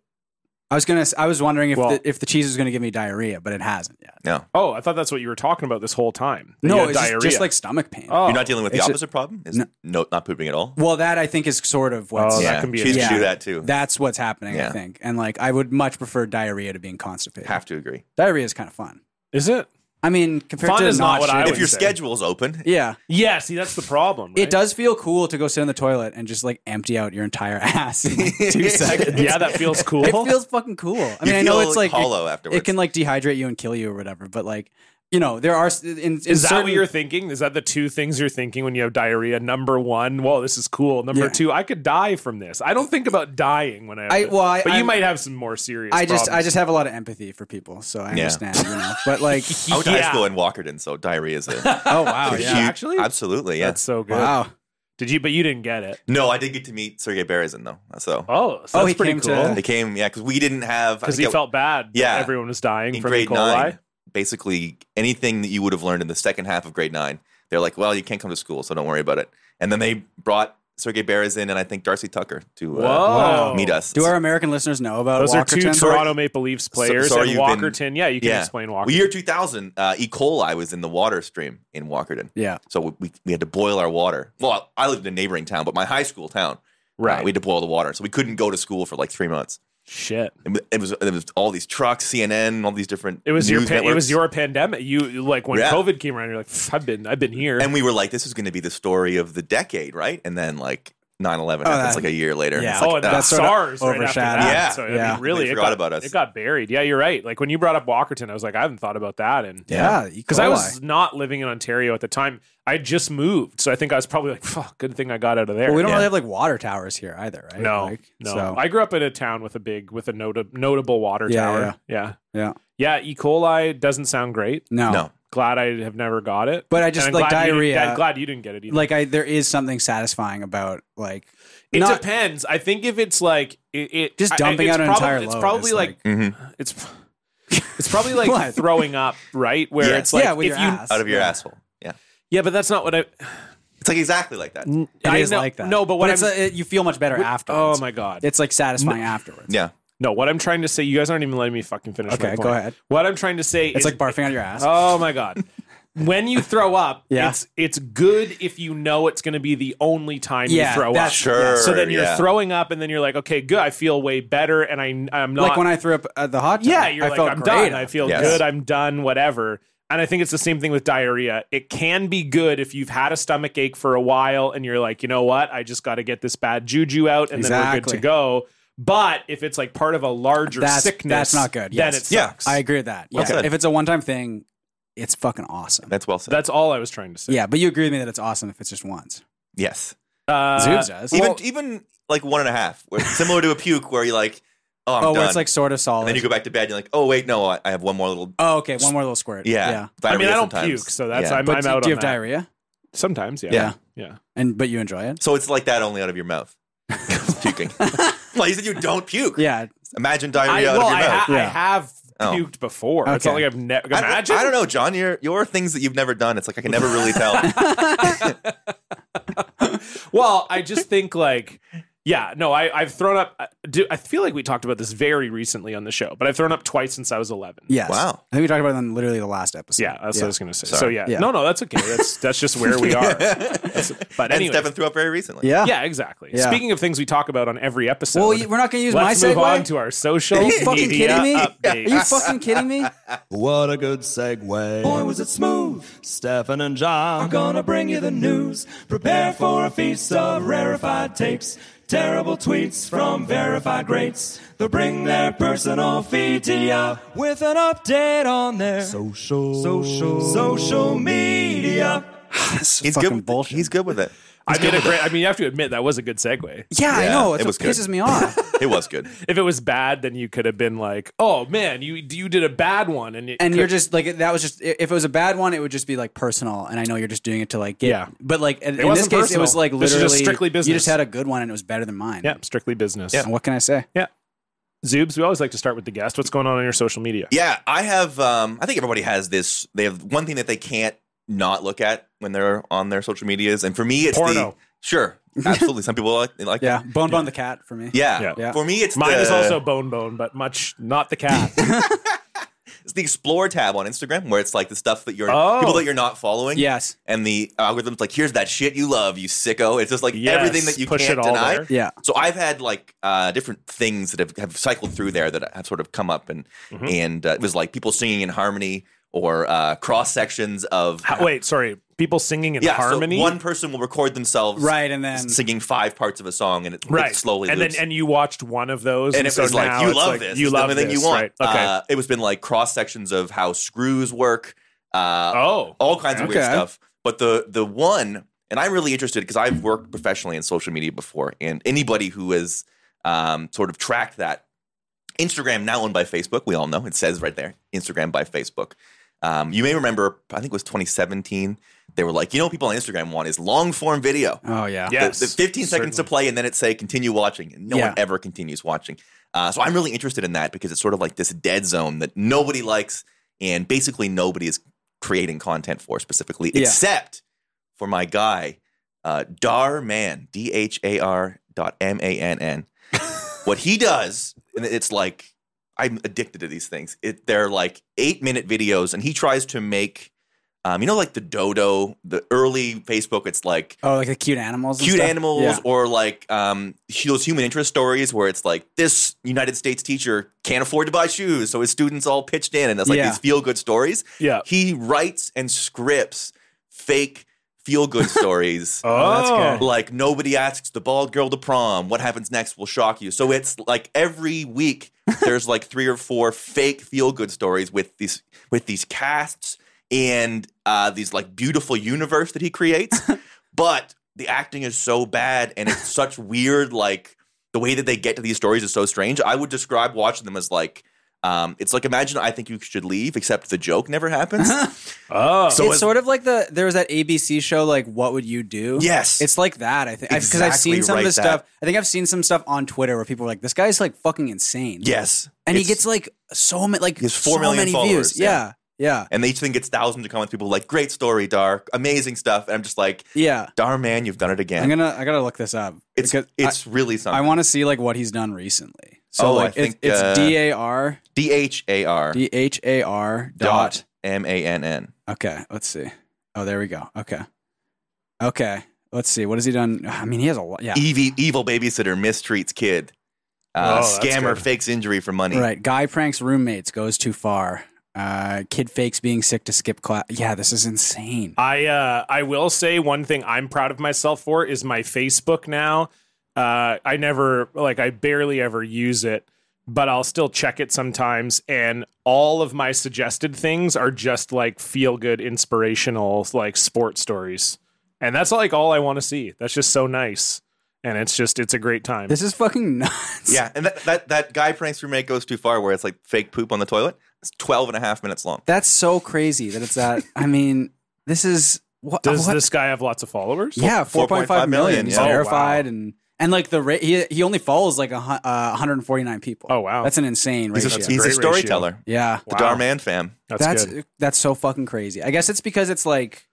I was gonna. s- I was wondering if Well- the, if the cheese was gonna give me diarrhea, but it hasn't yet. no, Oh, I thought that's what you were talking about this whole time. that you No, had it's just, diarrhea. just like stomach pain. oh, you're not dealing with the It's a- opposite problem. Is No. no, not pooping at all. Well, that I think is sort of what's Oh, that yeah, can be a cheese yeah. can do that too. That's what's happening, I Yeah. think. And like, I would much prefer diarrhea to being constipated. Have to agree. Diarrhea is kind of fun. is it? I mean, compared Fun to is not what I shitting. would If your say. schedule's open, yeah, Yeah. See, that's the problem. Right? it does feel cool to go sit in the toilet and just like empty out your entire ass in like, two seconds. yeah, that feels cool. it feels fucking cool. I mean, you I know feel it's like hollow It, afterwards. it can like dehydrate you and kill you or whatever, but like you know, there are s- in, in is that certain- what you're thinking? Is that the two things you're thinking when you have diarrhea? Number one, whoa, this is cool. Number Yeah. two, I could die from this. I don't think about dying when I. Have I- it. well, I- but you I'm- might have some more serious. I just I problems. just have a lot of empathy for people, so I Yeah. understand. You know? But like, I went to Yeah. high school in Walkerton, so diarrhea is a oh wow, huge. yeah, actually? absolutely, yeah. that's so good. wow. Did you? But you didn't get it. No, I did get to meet Sergey Berezin though, so Oh, so Oh, that's he pretty came cool. to- they came, yeah, because we didn't have. I because he think I- felt bad. that Yeah. everyone was dying in from E. grade coli. nine, basically anything that you would have learned in the second half of grade nine, they're like, well, you can't come to school, so don't worry about it. And then they brought Sergey Berezin and I think Darcy Tucker to Whoa. uh, meet us. Do our American listeners know about Those are Walkerton? two Toronto Maple Leafs players and sorry you've been- Walkerton. yeah, you can Yeah. explain well, Walkerton. year 2000, uh, E. coli was in the water stream in Walkerton. Yeah. So we- we, we had to boil our water. Well, I lived in a neighboring town, but my high school town, uh, right. we had to boil the water. So we couldn't go to school for like three months. Shit. It was, it was, it was all these trucks, CNN, all these different. It was your news pa- it was networks. your pandemic. You like when Yeah. COVID came around, you're like, "Pff, I've been I've been here. And we were like, this is going to be the story of the decade, right? And then like 9 11 Oh, happens that- like a year later. yeah. It's oh, like, and ah, that that's sort of SARS right after that. overshadowed. Yeah. so I Yeah. mean, really, They it forgot got, about us. It got buried. Yeah, you're right. Like when you brought up Walkerton, I was like, I haven't thought about that. And Yeah, because I was not living in Ontario at the time, I had just moved, so I think I was probably like, "Fuck, good thing I got out of there." Well, we don't Yeah. really have like water towers here either, right? No, Like, no. so- I grew up in a town with a big, with a nota- notable water Yeah, tower. Yeah. Yeah. yeah, E. coli doesn't sound great. no, No. Glad I have never got it. But I And just I'm like glad you didn't- diarrhea. I'm glad you didn't get it either. Like I, there is something satisfying about like it not depends. I think if it's like it, it just I- I- dumping it's out an prob- entire It's load probably is, like Mhm. it's It's probably like What? throwing up, right? Where Yeah. it's like Yeah, with if your you ass. out of your Yeah. asshole. Yeah, Yeah, but that's not what I it's like exactly like that. It is I know- like that. No, but what it's I'm a, it, you feel much better afterwards. Oh my god. It's like satisfying afterwards. Yeah, no, what I'm trying to say, you guys aren't even letting me fucking finish my Okay, point. go ahead. What I'm trying to say It's is like barfing on your ass. Oh my god. When you throw up, Yeah. it's it's good if you know it's going to be the only time Yeah, you throw up. that's- sure. So then you're yeah. throwing up, and then you're like, okay, good. I feel way better, and I I'm not like when I threw up at the hot tub. yeah. You're I like, felt I'm great done. I after. feel Yes. good. I'm done. Whatever. And I think it's the same thing with diarrhea. It can be good if you've had a stomach ache for a while and you're like, you know what, I just got to get this bad juju out, and then we're good to Exactly. go. But if it's like part of a larger That's- sickness, that's not good. Then Yes. it Yeah. sucks. I agree with that. Yeah. Well said. If it's a one-time thing, it's fucking awesome. That's well said. That's all I was trying to say. yeah, but you agree with me that it's awesome if it's just once. yes. Uh, Zoobs does. Even Well- even like one and a half, where similar to a puke, where you're like, oh, I'm oh, done. where it's like sort of solid. and then you go back to bed. and You're like, oh wait, no, I, I have one more little. oh, okay, one more little squirt. Yeah, yeah. I mean, I diarrhea don't sometimes. puke, so that's Yeah. I'm, But I'm do, out do you on have that. diarrhea? Sometimes, yeah. Yeah. yeah. And but you enjoy it. So it's like that only out of your mouth. Puking. well, you said you don't puke. Yeah, Imagine I, diarrhea out well, of I, your ha- mouth. I Yeah. have Oh. puked before. It's not Okay. like I've never. I don't- Imagine. I, don't know, John. Your your things that you've never done. It's like I can never really tell. Well, I just think like, yeah, no, I, I've thrown up. I, do, I feel like we talked about this very recently on the show, but I've thrown up twice since I was 11. Yes. Wow. I think we talked about it on literally the last episode. Yeah, that's what I was gonna say. So Sorry. yeah. Yeah. no, no, that's okay. That's that's just where we are. That's- but and anyway, Stefan threw up very recently. yeah. yeah, exactly. Yeah. Speaking of things we talk about on every episode, Well, you- we're not going to use let's my move segue. on to our social Are you fucking media kidding me? updates. Are you fucking kidding me? What a good segue. Boy, was it smooth. Stefan and John are gonna bring you the news. Prepare for a feast of rarefied takes, terrible tweets from verified greats. They'll bring their personal feed to ya with an update on their social, social, social media. he's fucking good. with it. bullshit. He's good with it. I made a great. I mean, you have to admit that was a good segue. Yeah, I Yeah, know. it It's was what good. pisses me off. It was good. If it was bad, then you could have been like, "Oh man, you you did a bad one," and it And could- you're just like that was just i- if it was a bad one, it would just be like personal. And I know you're just doing it to like get. Yeah. But like in, in this wasn't case, it was personal. like This is literally just strictly You business. just had a good one and it was better than mine. yeah, strictly business. And what can I say? Yeah. Zoobs, we always like to start with the guest. What's going on on your social media? Yeah, I have. Um, I think everybody has this. They have one thing that they can't not look at when they're on their social medias, and for me, it's Porno. the sure, absolutely. Some people like, they like Yeah. that. Bone bone the cat for me. Yeah. Yeah. for me, it's Mine the, is also Bone Bone, but much not the cat. it's the Explore tab on Instagram, where it's like the stuff that you're Oh. people that you're not following. Yes. and the algorithm's like, here's that shit you love, you sicko. It's just like Yes, everything that you push it can't all deny. there. Yeah. So I've had like uh, different things that have, have cycled through there that have sort of come up, and Mm-hmm. and uh, it was like people singing in harmony or uh, cross sections of How- Wait, sorry. People singing in yeah, so harmony? one person will record themselves Right, and then- singing five parts of a song, and it, it right. slowly and loops. then and you watched one of those, And it so was now like you it's love like, this. You It's the love only thing this, you want. Right. Okay. Uh, it was been like cross sections of how screws work. Uh, oh, all kinds of weird Okay. stuff. But the the one, and I'm really interested because I've worked professionally in social media before, and anybody who has um, sort of tracked that Instagram now owned by Facebook, we all know it says right there, Instagram by Facebook. Um, you may remember, I think it was 2017. They were like, you know, what people on Instagram want is long form video. Oh yeah. Yeah. Yes, the, the 15 seconds to certainly. play, and then it say continue watching, and no Yeah. one ever continues watching. Uh, so I'm really interested in that because it's sort of like this dead zone that nobody likes, and basically nobody is creating content for specifically, Yeah. except for my guy, uh, Darman, D H A R dot M A N N. What he does, and it's like I'm addicted to these things. It, they're like eight minute videos, and he tries to make. Um, you know, like the dodo, the early Facebook, it's like Oh, like the cute animals. and cute stuff? animals Yeah. or like um, hu- those human interest stories where it's like this United States teacher can't afford to buy shoes, so his students all pitched in, and that's like Yeah. Uh, these feel good stories. Yeah. he writes and scripts fake feel good stories. oh, that's good. Like nobody asks the bald girl to prom. What happens next will shock you. So it's like every week there's like three or four fake feel good stories with these with these casts and uh, these like beautiful universe that he creates. but the acting is so bad and it's such weird like the way that they get to these stories is so strange. I would describe watching them as like. Um, it's like imagine I think you should leave, except the joke never happens. Oh, So it's it- sort of like the there was that ABC show like What Would You Do? Yes. it's like that. I think because I've Exactly seen some right, of this that. stuff. I think I've seen some stuff on Twitter where people were like, "This guy's like fucking insane." yes, and he It's- gets like so many like has four so million many followers, views. Yeah, yeah, and each thing gets thousands of comments. People like great story, Dark, amazing stuff, and I'm just like, yeah. darn man, you've done it again. I'm gonna I gotta look this up. it's because it's really I, I something. want to see like what he's done recently. So Oh, I like it- think, it's uh, D A R D H A R D H A R dot. dot M A N N. Okay, let's see. Oh, there we go. Okay, okay. Let's see. What has he done? I mean, he has a lot. Yeah. Evie, evil babysitter mistreats kid. Uh, Oh, that's scammer good. fakes injury for money. Right. Guy pranks roommates, goes too far. Uh, kid fakes being sick to skip class. Yeah, this is insane. I uh, I will say one thing I'm proud of myself for is my Facebook now. Uh, I never like I barely ever use it, but I'll still check it sometimes. And all of my suggested things are just like feel good, inspirational, like sports stories, and that's like all I want to see. That's just so nice, and it's just it's a great time. This is fucking nuts. Yeah, and that, that, that guy pranks roommate goes too far where it's like fake poop on the toilet. It's 12 and a half minutes long. That's so crazy that it's that. I mean, this is what. Does what- this guy have lots of followers? yeah, four point five 4.5 million, million. He's yeah. Oh, verified wow. and and like the rate he, he only follows like a, hu- uh, 149 people. Oh, wow. that's an insane He's ratio. a, That's he's a great storyteller. yeah, The Wow. Darman fam. That's, that's good. that's, so fucking crazy. I guess it's because it's like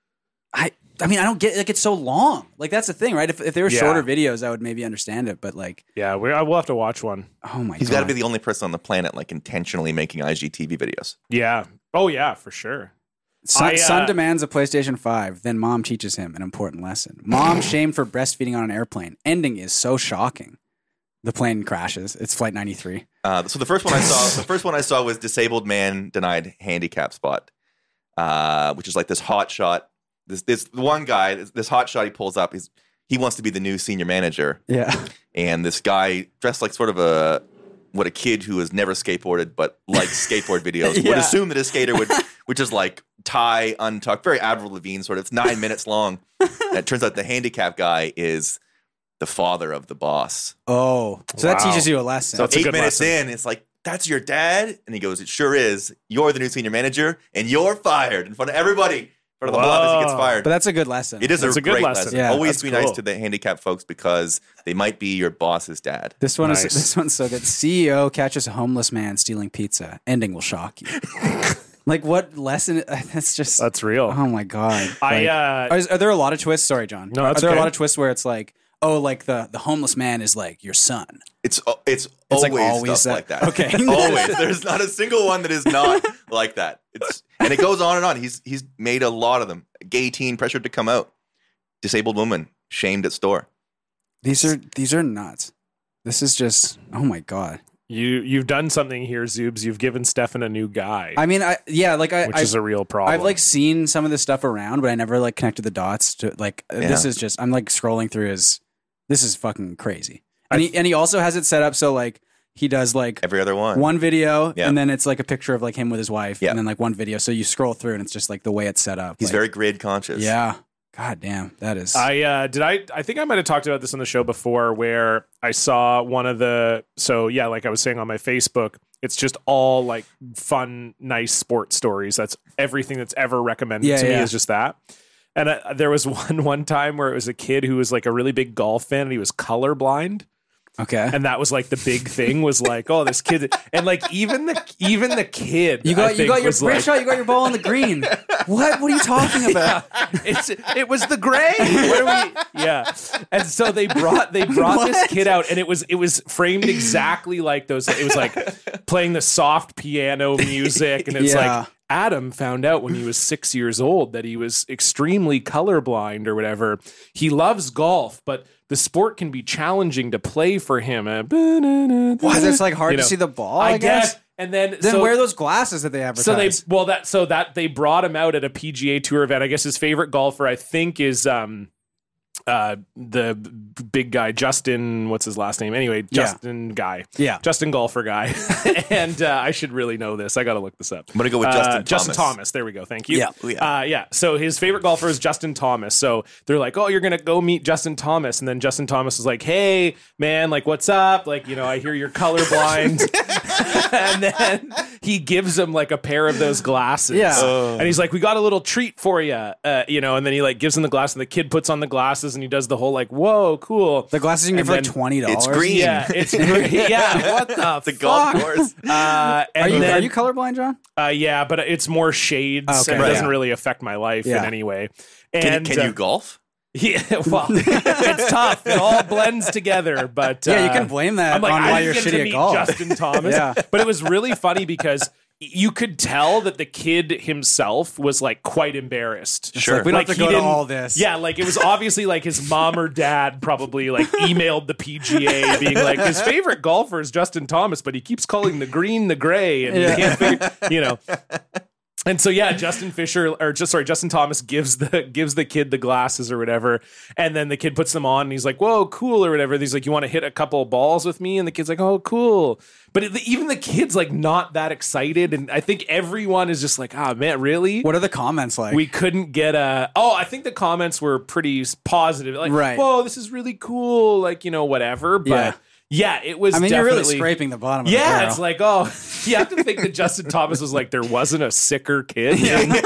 I I mean I don't get like it's so long. Like that's the thing, right? If if they were Yeah. shorter videos, I would maybe understand it. But like, Yeah, we I will have to watch one. oh my, He's god, got to be the only person on the planet like intentionally making IGTV videos. Yeah. Oh yeah, for sure. Son, I, uh, son demands a PlayStation 5, then mom teaches him an important lesson. Mom shamed for breastfeeding on an airplane. Ending is so shocking. The plane crashes. It's flight 93. Uh, so the first one I saw, the first one I saw was disabled man denied handicap spot, uh, which is like this hot shot. This this one guy, this, this hot shot he pulls up. He's he wants to be the new senior manager, Yeah. and this guy dressed like sort of a what a kid who has never skateboarded but likes skateboard videos Yeah. would assume that a skater would, which is like tie untucked, very Avril Lavigne sort of. It's nine minutes long. And it turns out the handicap guy is the father of the boss. Oh. So that Wow. teaches you a lesson. So- That's a Eight good minutes lesson. in, it's like. That's your dad, and he goes, "It sure is. You're the new senior manager, and you're fired in front of everybody, in front of the whole office. He gets Whoa. fired. but that's a good lesson. it is That's a, a good great lesson. lesson. Yeah, Always that's be nice cool. to the handicapped folks because they might be your boss's dad. This one Nice. is this one's so good. CEO catches a homeless man stealing pizza. Ending will shock you. like what lesson? That's just That's real. Oh my god. I Like- uh Are, are there a lot of twists? Sorry, John. No, that's are there okay. a lot of twists where it's like, oh, like the the homeless man is like your son? It's it's, It's always, like always stuff that- like that. okay. always. There's not a single one that is not like that. It's and it goes on and on. He's he's made a lot of them. Gay teen pressured to come out. Disabled woman shamed at store. These are these are nuts. This is just oh my god. You you've done something here, Zoobs. You've given Stefan a new guy, I mean, I yeah, like I which I, is a real problem. I've like seen some of this stuff around, but I never like connected the dots to like uh, this Yeah. is just I'm like scrolling through his. This is fucking crazy, and he and he also has it set up so like he does like Every other one. one video Yeah. and then it's like a picture of like him with his wife Yeah. and then like one video so you scroll through and it's just like the way it's set up He's Like, very grid conscious. yeah god damn that is I uh, did. I I think I might have talked about this on the show before, where I saw one of the. So yeah, like I was saying on my Facebook, it's just all like fun, nice sports stories. That's everything that's ever recommended Yeah, to me yeah. is just that. And uh, there was one one time where it was a kid who was like a really big golf fan, and he was colorblind. okay and that was like the big thing was like oh this kid and like even the even the kid You I got you think, got your was great like, shot. You got your ball on the green. what? What are you talking about? it's it was the gray what are we yeah and so they brought they brought this kid out and it was it was framed exactly like those it was like playing the soft piano music and it's Yeah. like Adam found out when he was six years old that he was extremely colorblind or whatever. He loves golf, but the sport can be challenging to play for him. Uh, Why it's like hard You know, to see the ball? I, I, guess. guess. And then Then so, wear those glasses that they advertise. so they well that so that they brought him out at a PGA Tour event. I guess his favorite golfer I think is um uh, the b- big guy Justin, what's his last name? Anyway, Justin guy, Yeah. Justin golfer guy, and uh, I should really know this. I got to look this up. I'm gonna go with Justin Justin Thomas. Thomas. There we go. Thank you. Yeah. Oh, yeah. Uh, yeah. So his favorite golfer is Justin Thomas. So they're like, oh, you're gonna go meet Justin Thomas, and then Justin Thomas is like, hey, man, like, what's up? Like, you know, I hear you're colorblind. and then he gives him like a pair of those glasses. Yeah. And he's like, "We got a little treat for you," uh, you know. And then he like gives him the glass, and the kid puts on the glasses, and he does the whole like, "Whoa, cool." The glasses you can get And for like then- twenty dollars. It's green. Yeah, it's yeah. What the The golf course. Uh, and Are you, then are you colorblind, John? uh, yeah, but it's more shades, Okay. and it Right. doesn't really affect my life Yeah. in any way. Can, And can uh, you golf? Yeah, well, it's tough. It all blends together, but Yeah, you uh, can blame that I'm like, on I why didn't get you're shitty to at meet golf. Justin Thomas. Yeah. but it was really funny because you could tell that the kid himself was like quite embarrassed. Sure. Like, we don't Like, have to he go to didn't- all this. Yeah, like it was obviously like his mom or dad probably like emailed the PGA being like his favorite golfer is Justin Thomas, but he keeps calling the green the gray and Yeah. he can't figure, you know. And so yeah, Justin Fisher or just sorry, Justin Thomas gives the gives the kid the glasses or whatever, and then the kid puts them on and he's like, "Whoa, cool" or whatever. And he's like, "You want to hit a couple of balls with me?" And the kid's like, "Oh, cool." But it, even the kid's like not that excited, and I think everyone is just like, "Ah, man, really?" What are the comments like? we couldn't get a oh i think the comments were pretty s- positive like Right. whoa this is really cool like you know whatever but yeah, it was I mean, definitely you're really scraping the bottom. of the yeah barrel. it's like oh you have to think that justin thomas was like there wasn't a sicker kid in,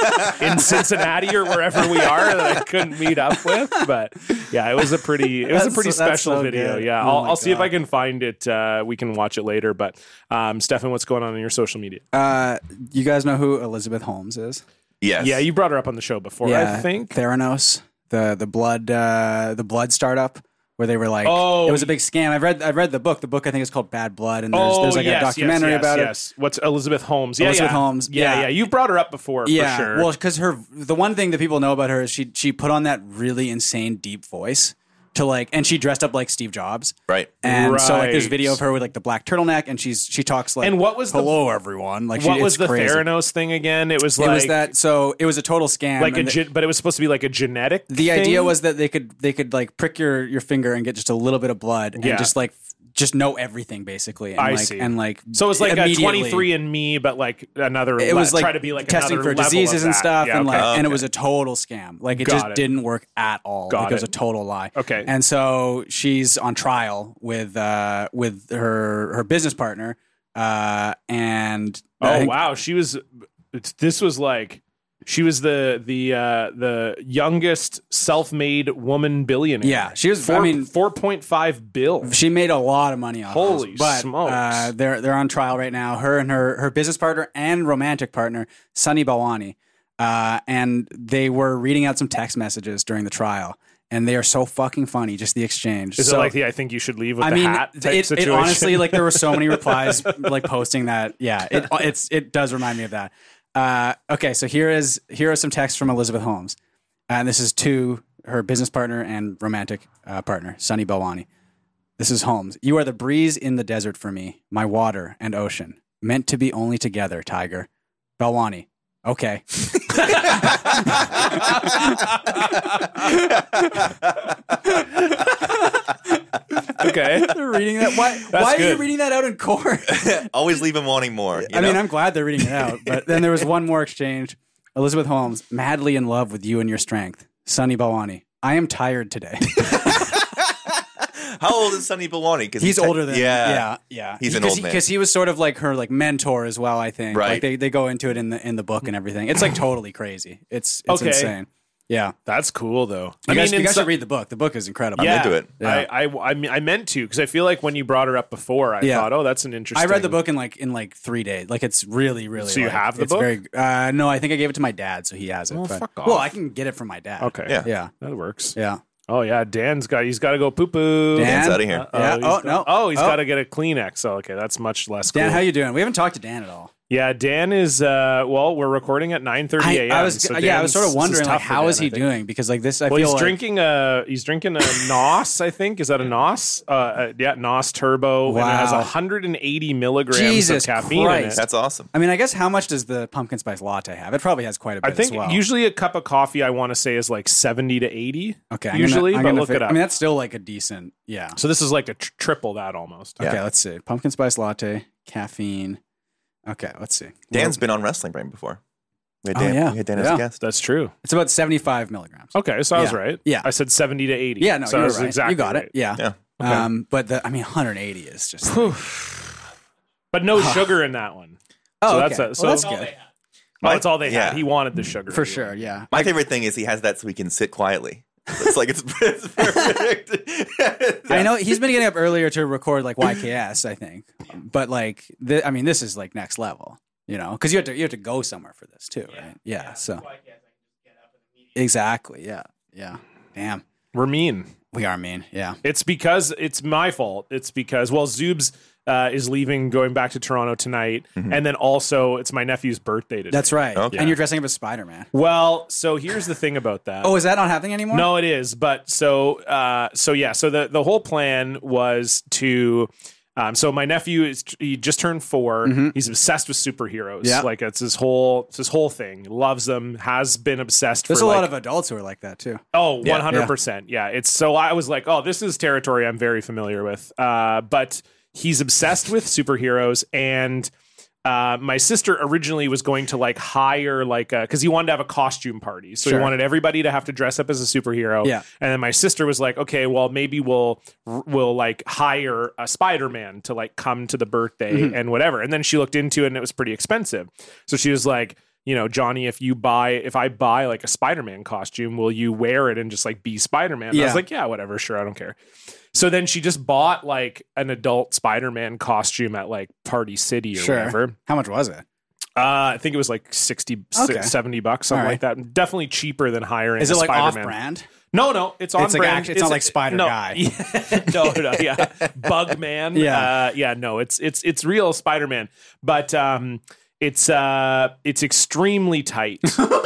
in cincinnati or wherever we are that i couldn't meet up with but yeah it was a pretty it was a That's- pretty that's special so video good. yeah Oh i'll, my I'll see if God. i can find it uh, we can watch it later but um, stefan what's going on in your social media uh, you guys know who Elizabeth Holmes is? Yes. yeah you brought her up on the show before i think Theranos, the the blood uh, the blood startup where they were like, Oh, it was a big scam. I've read I've read the book. The book I think is called Bad Blood, and there's, there's like a documentary Oh, yes, about it. yes. What's Elizabeth Holmes? Yeah, Elizabeth yeah. Holmes, Yeah, yeah, yeah. You brought her up before Yeah, for sure. well, because her the one thing that people know about her is she she put on that really insane deep voice to like, and she dressed up like Steve Jobs. Right. And so like there's Right. video of her with like the black turtleneck and she's she talks like And what was the- hello everyone like she, what was it's the crazy. Theranos thing again? It was it like was that so it was a total scam like a and the- gen- but it was supposed to be like a genetic. the idea thing? was that they could they could like prick your your finger and get just a little bit of blood Yeah. and just like f- just know everything basically and I like see. and like so it was like a immediately- twenty three and Me, but like another. it was le- like try to be like testing another for level of diseases and that. stuff Yeah, and okay. like and it Okay. was a total scam like it Got just it. didn't work at all Got like it was it. a total lie Uh, Okay. and so she's on trial with uh with her her business partner uh and I Oh think- wow, she was. It's, this was like she was the the uh, the youngest self made woman billionaire. Yeah, she was- I Four, mean- four point five bill. She made a lot of money off. Holy of this, but, smokes. Uh, they're they're on trial right now. Her and her her business partner and romantic partner Sunny Balwani, uh, and they were reading out some text messages during the trial, and they are so fucking funny. Just the exchange. Is so, it like the I think you should leave with I the mean, hat type it, it situation? honestly like there were so many replies like posting that. Yeah, it it's it does remind me of that. Uh, okay, so here is here are some texts from Elizabeth Holmes, and this is to her business partner and romantic uh, partner Sunny Balwani. This is Holmes. You are the breeze in the desert for me, my water and ocean, meant to be only together, Tiger. Balwani. Okay. okay. They're reading that. Why? why are you good. reading that out in court? Always leave him wanting more. you I mean, know? I'm glad they're reading it out. But then there was one more exchange. Elizabeth Holmes, madly in love with you and your strength. Sonny Balwani, I am tired today. How old is Sonny Balwani? Because He's older than yeah. yeah, yeah. He's an old man. because he was sort of like her like mentor as well. I think Like Right. they, they go into it in the in the book and everything. It's like totally crazy. It's it's Okay. insane. Yeah, That's cool though. you guys, in you guys so- should read the book. The book is incredible. yeah, into it. I, I, I, mean, I meant to because I feel like when you brought her up before, I Yeah. thought, oh, that's an interesting. I read the book in like in like three days. Like it's really really. So you like- have the it's book? Very, uh, no, I think I gave it to my dad, so he has it. Well, but- fuck off. Well, I can get it from my dad. Okay, Yeah. Yeah. that works. Yeah. Oh yeah, Dan's got he's got to go poo poo. Dan? Dan's out of here. Yeah. Oh, no. Oh, he's Oh. got to get a Kleenex. Oh, okay, that's much less. Dan, cool. how you doing? We haven't talked to Dan at all. Yeah, Dan is. Uh, well, we're recording at nine thirty I, a.m. I was so yeah, I Dan's- was sort this of wondering like tough for how Dan, is I he think. doing because like this I Well, feel he's like, drinking a he's drinking a Nos, I think. Is that a Nos? Uh, Uh, yeah, Nos Turbo, and it has Wow. 180 milligrams Jesus of caffeine Christ. in it. That's awesome. I mean, I guess how much does the pumpkin spice latte have? It probably has quite a bit I think as well. usually a cup of coffee, I want to say, is like 70 to 80. okay, I'm gonna- usually, I'm but gonna look fi- it up. I mean, that's still like a decent yeah. so this is like a tr- triple that almost. Okay, let's see. Pumpkin spice latte, caffeine. Okay, let's see. Dan's been on Wrestling Brain before. We had Oh, Dan, yeah. we had Dan as Yeah. a guest. That's true. It's about 75 milligrams. Okay, so I was Yeah. right. Yeah. I said 70 to 80. Yeah, no, Oh, so I you're was right. Exactly you got right. it. Yeah. Yeah. Okay. Um, but the, I mean, 180 is just. Whew. But no sugar in that one. Oh, So okay. that's a- so- well, that's good Well, that's all they Yeah. had. He wanted the sugar. for sure. Yeah. My favorite thing is he has that so he can sit quietly. It's like it's, it's perfect. I know he's been getting up earlier to record like YKS, I think, but like, th- I mean, this is like next level, you know, because you have to you have to go somewhere for this too, right? Yeah. so exactly, yeah, yeah. Damn, We're mean. we are mean. Yeah. It's because it's my fault. It's because well, Zubes uh, is leaving, going back to Toronto tonight, and then also it's my nephew's birthday today. Mm-hmm. That's right. Okay. And you're dressing up as Spider Man. Well, so here's the thing about that. Oh, is that not happening anymore? No, it is. But so, uh, so yeah. So the the whole plan was to. Um, so my nephew is he just turned 4 He's obsessed with superheroes. Mm-hmm. Yeah. like it's his whole it's his whole thing. Loves them. Has been obsessed. There's for a like, lot of adults who are like that too. Oh, Yeah. 100%. Yeah. It's so I was like, oh, this is territory I'm very familiar with. Uh, but he's obsessed with superheroes and uh, my sister originally was going to like hire like because he wanted to have a costume party, so Sure. he wanted everybody to have to dress up as a superhero. Yeah. and then my sister was like, "Okay, well maybe we'll we'll like hire a Spider Man to like come to the birthday Mm-hmm. and whatever." And then she looked into it and it was pretty expensive, so she was like, "You know, Johnny, if you buy if I buy like a Spider Man costume, will you wear it and just like be Spider Man?" I Yeah. was like, "Yeah, whatever, sure, I don't care." So then she just bought like an adult Spider Man costume at like Party City or Sure. whatever. How much was it? Uh, I think it was like 60, Okay. 70 bucks, something All like that. Definitely cheaper than hiring. Is it a like Spider-Man. off brand? No, no, it's on It's like brand. act- it's not like Spider no. Guy. no, no, yeah, Bug Man. Yeah. uh, yeah, no, it's it's it's real Spider Man, but um, it's uh, it's extremely tight.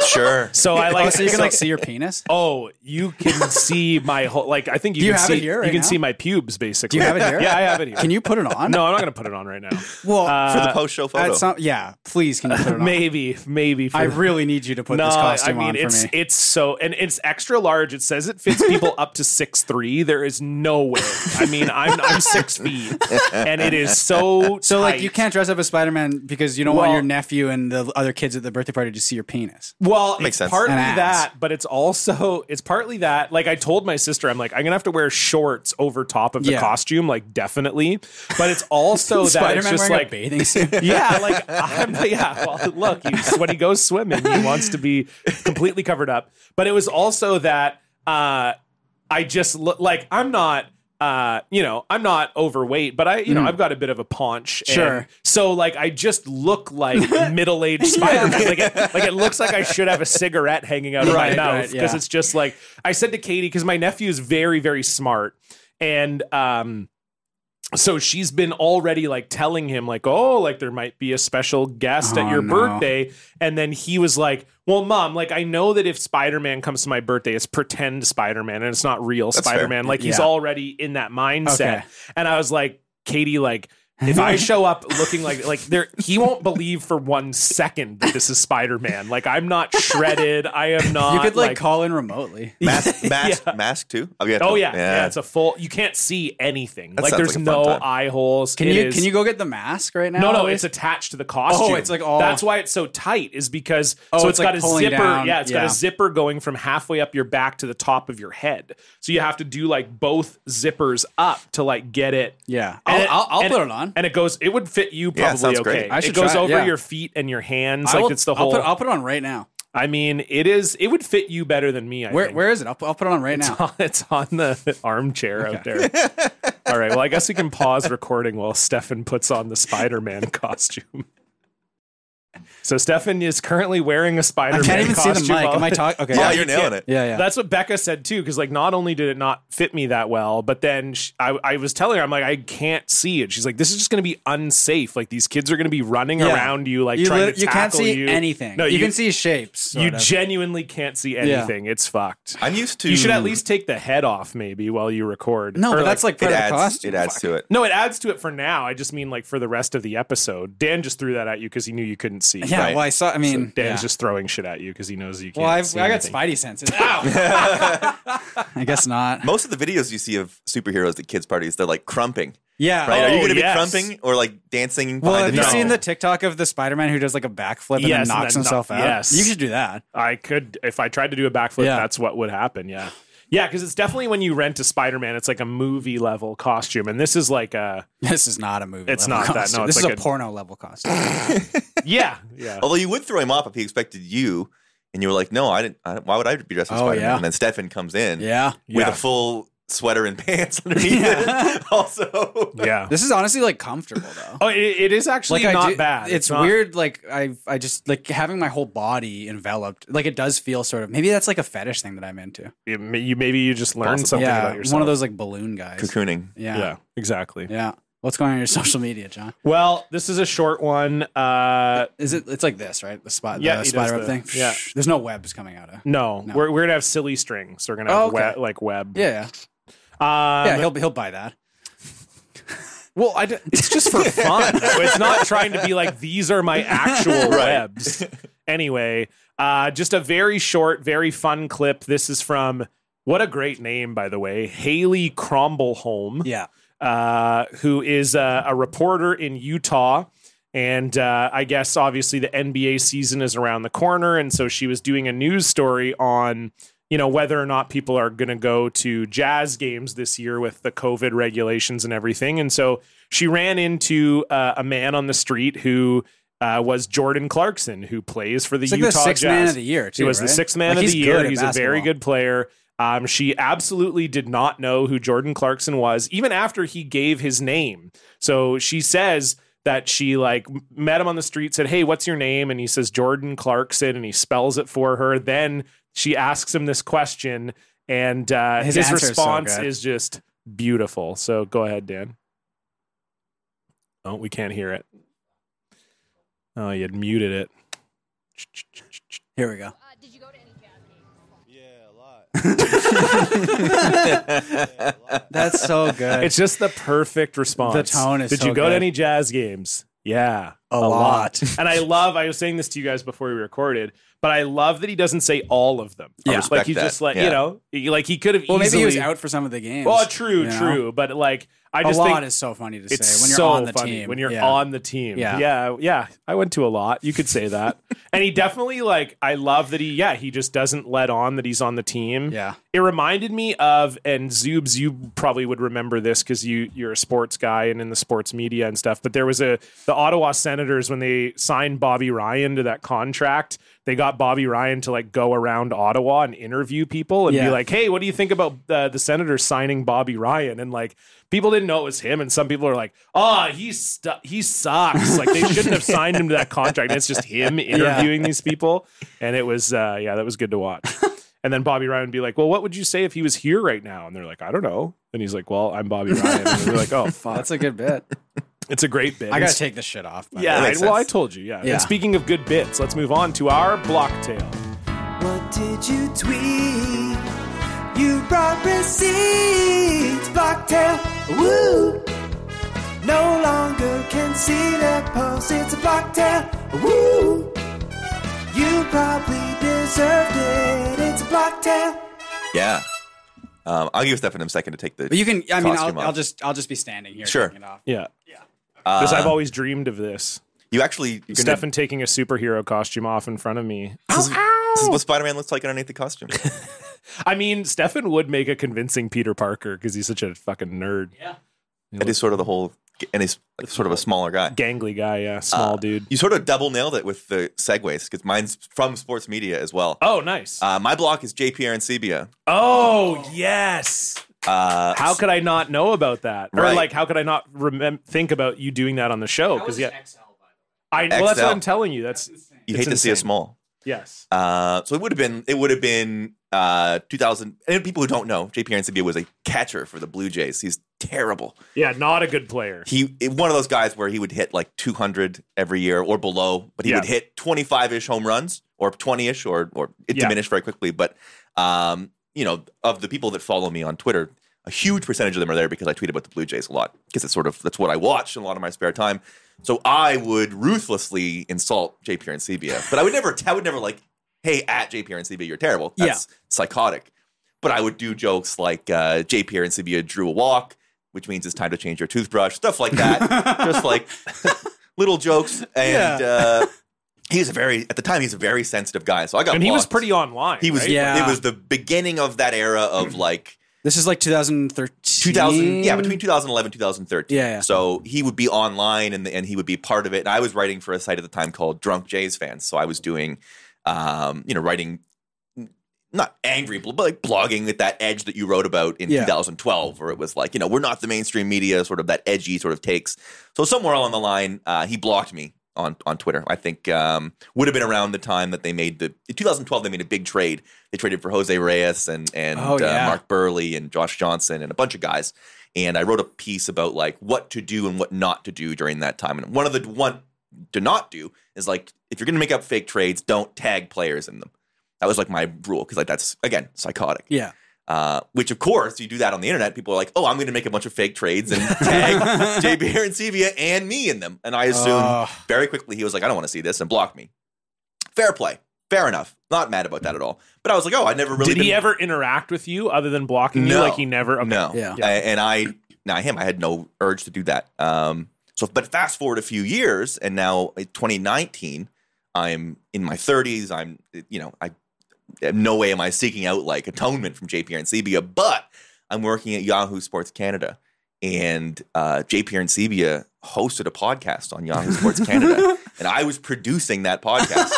Sure. So I like oh, so you can like see your penis. Oh, you can see my whole like. I think you, Do you can have see it here right you can now? see my pubes basically. have it here? Yeah, I have it here. Can you put it on? No, uh, I'm not gonna put it on right now. Well, For the post show photo. Uh, at some- yeah. Please, can you put it on? maybe, maybe. For I really need you to put this I costume mean, on for it's me. it's so and it's extra large. It says it fits people up to six three. There is no way. I mean, I'm I'm six feet, and it is so So like you tight. can't dress up as Spider Man because you don't want Well- your nephew and the other kids at the birthday party to see your penis. Well, Makes it's sense. partly An ass. that, but it's also it's partly that. Like I told my sister, I'm like I'm gonna have to wear shorts over top of the Yeah. costume, like definitely. But it's also that it's Spider-Man just wearing like a bathing suit. yeah, like I'm, yeah. Well, look, he's, when he goes swimming, he wants to be completely covered up. But it was also that uh, I just look like I'm not. Uh, you know, I'm not overweight, but I, you know, I've got a bit of a paunch. and Mm. Sure. so, like, I just look like middle-aged Spider-Man. Like, it, like it looks like I should have a cigarette hanging out of my Right, mouth right, because yeah. it's just like I said to Katie because my nephew is very, very smart, and um, so she's been already like telling him like oh like there might be a special guest at Oh, your no. birthday and then he was like well mom like i know that if spider-man comes to my birthday it's pretend spider-man and it's not real fair. spider-man like he's Yeah. already in that mindset Okay. and i was like katie like if I show up looking like like there, he won't believe for one second that this is Spider Man. Like I'm not shredded. I am not. you could like, like call in remotely. mask, mask, mask too. Oh yeah. Oh yeah, yeah, It's a full. You can't see anything. like sounds there's like a no fun time. eye holes. Can It you is- can you go get the mask right now? No, no, Ellie? it's attached to the costume. Oh, it's like all- That's why it's so tight. Is because Oh, so it's it's like got a pulling zipper. down. Yeah, it's got Yeah. a zipper going from halfway up your back to the top of your head. So you have to do like both zippers up to like get it. yeah. And I'll, I'll, I'll and put it on. And it goes. It would fit you Yeah, probably sounds okay. great. I it should goes try it, over yeah. your feet and your hands. I like will- it's the I'll whole. put, I'll put it on right now. I mean, it is. It would fit you better than me. I Where think. where is it? I'll, put- I'll put it on right It's now. on, it's on the armchair out there. All right. Well, I guess we can pause recording while Stefan puts on the Spider Man costume. So Stefan is currently wearing a Spider-Man I can't even see costume. the mic. while- Am I talking? Okay. Yeah, yeah. you're nailing it. Yeah. yeah. That's what Becca said too, because like not only did it not fit me that well, but then sh I, I was telling her, I'm like, I can't see it. She's like, this is just going to be unsafe. Like these kids are going to be running Yeah. around you, like you, trying lit- to you tackle can't see you. anything. No, you, can see shapes. You sort of. genuinely can't see anything. It's fucked. I'm used to. you should at least take the head off, maybe, while you record. no, Or, but that's like it part of the adds. costume. It adds Fuck. to it. no, it adds to it for now. I just mean like for the rest of the episode. Dan just threw that at you because he knew you couldn't see. Yeah. Right. Well, I saw. I mean, Dan's yeah. just throwing shit at you because he knows you can't. Well, I've, see I got anything. spidey senses. Ow. I guess not. Most of the videos you see of superheroes at kids' parties, they're like crumping. Yeah. Right? Are you Oh, going to be yes. crumping or like dancing? Well, behind have the you No. drum? seen the TikTok of the Spider-Man who does like a backflip and Yes, then and knocks then knock- himself out? yes. You should do that. I could if I tried to do a backflip, Yeah. that's what would happen. Yeah. Yeah, because it's definitely when you rent a Spider Man, it's like a movie level costume. And this is like a This is not a movie. It's level not that, no, costume. it's this like is a- a porno level costume. Yeah. Yeah. Although you would throw him off if he expected you, and you were like, "No, I didn't. I didn't why would I be dressed as Oh, Spider-Man?" yeah. And then Stefan comes in yeah. with Yeah. a full sweater and pants underneath Yeah. it. Also, yeah. This is honestly like comfortable though. Oh, it, it is actually I not do- bad. It's, not- weird. Like I, I just like having my whole body enveloped. Like it does feel sort of. Maybe that's like a fetish thing that I'm into. It may- you maybe you just learn Possible. something yeah, about yourself. one of those like balloon guys. cocooning. Yeah, Yeah. yeah, exactly. What's going on in your social media, John? Well, this is a short one. Uh Is it? It's like this, right? The spot, Yeah, the he does spider web the- thing. yeah. There's no webs coming out of. no, No. We're, we're gonna have silly strings. So we're gonna Oh, have okay. web, like web. Yeah, yeah. Um, yeah he'll he'll buy that. Well, I d- it's just for fun. though. It's not trying to be like these are my actual webs. Anyway, uh, just a very short, very fun clip. This is from what a great name, by the way, Haley Crombleholm, Yeah. uh, who is a, a reporter in Utah. And uh, I guess obviously the NBA season is around the corner, and so she was doing a news story on you know whether or not people are going to go to jazz games this year with the covid regulations and everything and so she ran into uh, a man on the street who uh, was jordan clarkson who plays for the It's like utah the sixth jazz man of the year. Too, he was the right? sixth man of Like, he's the good year at he's a very basketball. good player um, she absolutely did not know who jordan clarkson was even after he gave his name so she says that she like m- met him on the street, said, "Hey, what's your name?" And he says Jordan Clarkson, and he spells it for her. Then she asks him this question, and uh, His his, answer is so response good. is just beautiful. So go ahead, Dan. Oh, we can't hear it. Oh, you had muted it. Here we go. Uh, did you go to any jazz games? That's so good. It's just the perfect response. The tone is Did so you go good. to any jazz games? Yeah, A lot. and I love. I was saying this to you guys before we recorded, but I love that he doesn't say all of them. Yeah. respect like he that. just like Yeah. you know, he- like he could have well, maybe easily. he was out for some of the games. Well, true, you know? true, but like I just a think lot is so funny to say it's when you're so on the funny team. when you're Yeah. on the team. Yeah. yeah, yeah. I went to a lot. You could say that, and he definitely like. I love that he. Yeah, he just doesn't let on that he's on the team. Yeah. It reminded me of, and Zoobs, you probably would remember this because you you're a sports guy and in the sports media and stuff. But there was a the Ottawa Senators when they signed Bobby Ryan to that contract, they got Bobby Ryan to like go around Ottawa and interview people and Yeah. be like, "Hey, what do you think about uh, the Senators signing Bobby Ryan?" And like people didn't know it was him, and some people are like, "Ah, oh, he's stu- he sucks. Like they shouldn't have signed him to that contract." And it's just him interviewing these people, and it was uh, yeah, that was good to watch. And then Bobby Ryan would be like, "Well, what would you say if he was here right now?" And they're like, "I don't know." And he's like, "Well, I'm Bobby Ryan." And they're like, "Oh, fuck, That's a good bit. it's a great bit." I gotta take this shit off. by the yeah. That I, makes well, I sense. told you. Yeah. Yeah. And speaking of good bits, let's move on to our block tale. What did you tweet? You brought receipts, Blocktail. Woo! No longer can see the post. It's a Blocktail. Woo! You probably deserved it. It's a Blocktail. yeah. Um, I'll give Stefan a second to take the. But you can. I mean, I'll, costume off. I'll just. I'll just be standing here. Sure. taking It off. Yeah. Uh, Because I've always dreamed of this. you actually. You're gonna, Stefan taking a superhero costume off in front of me. This is what Spider-Man looks like underneath the costume. I mean, Stefan would make a convincing Peter Parker because he's such a fucking nerd, that is sort of the whole, and he's like sort of a smaller guy. gangly guy. Yeah, Uh, small dude. You sort of double nailed it with the segues because mine's from sports media as well. Oh, nice. Uh, my block is JP Arancibia. oh, yes. Uh, How could I not know about that? Or Right. like, how could I not remem- think about you doing that on the show? Because yeah, I well, that's what XL. I'm telling you. That's You it's hate to see a insane. small. Yes. Uh, so it would have been it would have been uh, 2000. And people who don't know, JP Arcibia was a catcher for the Blue Jays. He's terrible. Yeah, not a good player. He it- one of those guys where he would hit like 200 every year or below, but he Yeah. would hit 25 ish home runs or 20 ish or or it Yeah. diminished very quickly. But um, you know, of the people that follow me on Twitter, a huge percentage of them are there because I tweet about the Blue Jays a lot because it's sort of that's what I watch in a lot of my spare time. So I would ruthlessly insult J. Pierencibia, but I would never, I would never like, hey, at J. Pierencibia, you're terrible. That's psychotic. But I would do jokes like uh, J. Pierencibia drew a walk, which means it's time to change your toothbrush, stuff like that. Just like little jokes. And Yeah. uh, he was a very, at the time, he was a very sensitive guy. So I got And he was blocked. pretty online. He was. right? Yeah. It was the beginning of that era of like This is like 2013. 2000. Yeah, between 2011 2013. Yeah, yeah. So he would be online and and he would be part of it. And I was writing for a site at the time called Drunk Jays Fans. So I was doing, um, you know, writing. Not angry, but like blogging at that edge that you wrote about in Yeah. 2012, where it was like, you know, we're not the mainstream media, sort of that edgy sort of takes. So somewhere along the line, uh, he blocked me on on Twitter. I think um, would have been around the time that they made the in 2012. They made a big trade. They traded for Jose Reyes and and Oh, yeah. uh, Mark Burley and Josh Johnson and a bunch of guys. And I wrote a piece about like what to do and what not to do during that time. And one of the one to not do is like if you're going to make up fake trades, don't tag players in them. That was like my rule because like that's again psychotic. Yeah. Uh, which of course you do that on the internet. People are like, "Oh, I'm going to make a bunch of fake trades and tag Jay Beer and Sevia and me in them." And I assumed Ugh. very quickly he was like, "I don't want to see this," and blocked me. Fair play, fair enough. Not mad about that at all. But I was like, "Oh, I never really Did been- he ever interact with you other than blocking you? No. Like he never. Okay. No, Yeah. I- and I now him. I had no urge to do that. Um, so, but fast forward a few years, and now uh, 2019, I'm in my 30s. I'm you know I in no way am I seeking out like atonement from JPR and Sebia, but I'm working at Yahoo Sports Canada. And uh, JPR and Sebia hosted a podcast on Yahoo Sports Canada, and I was producing that podcast.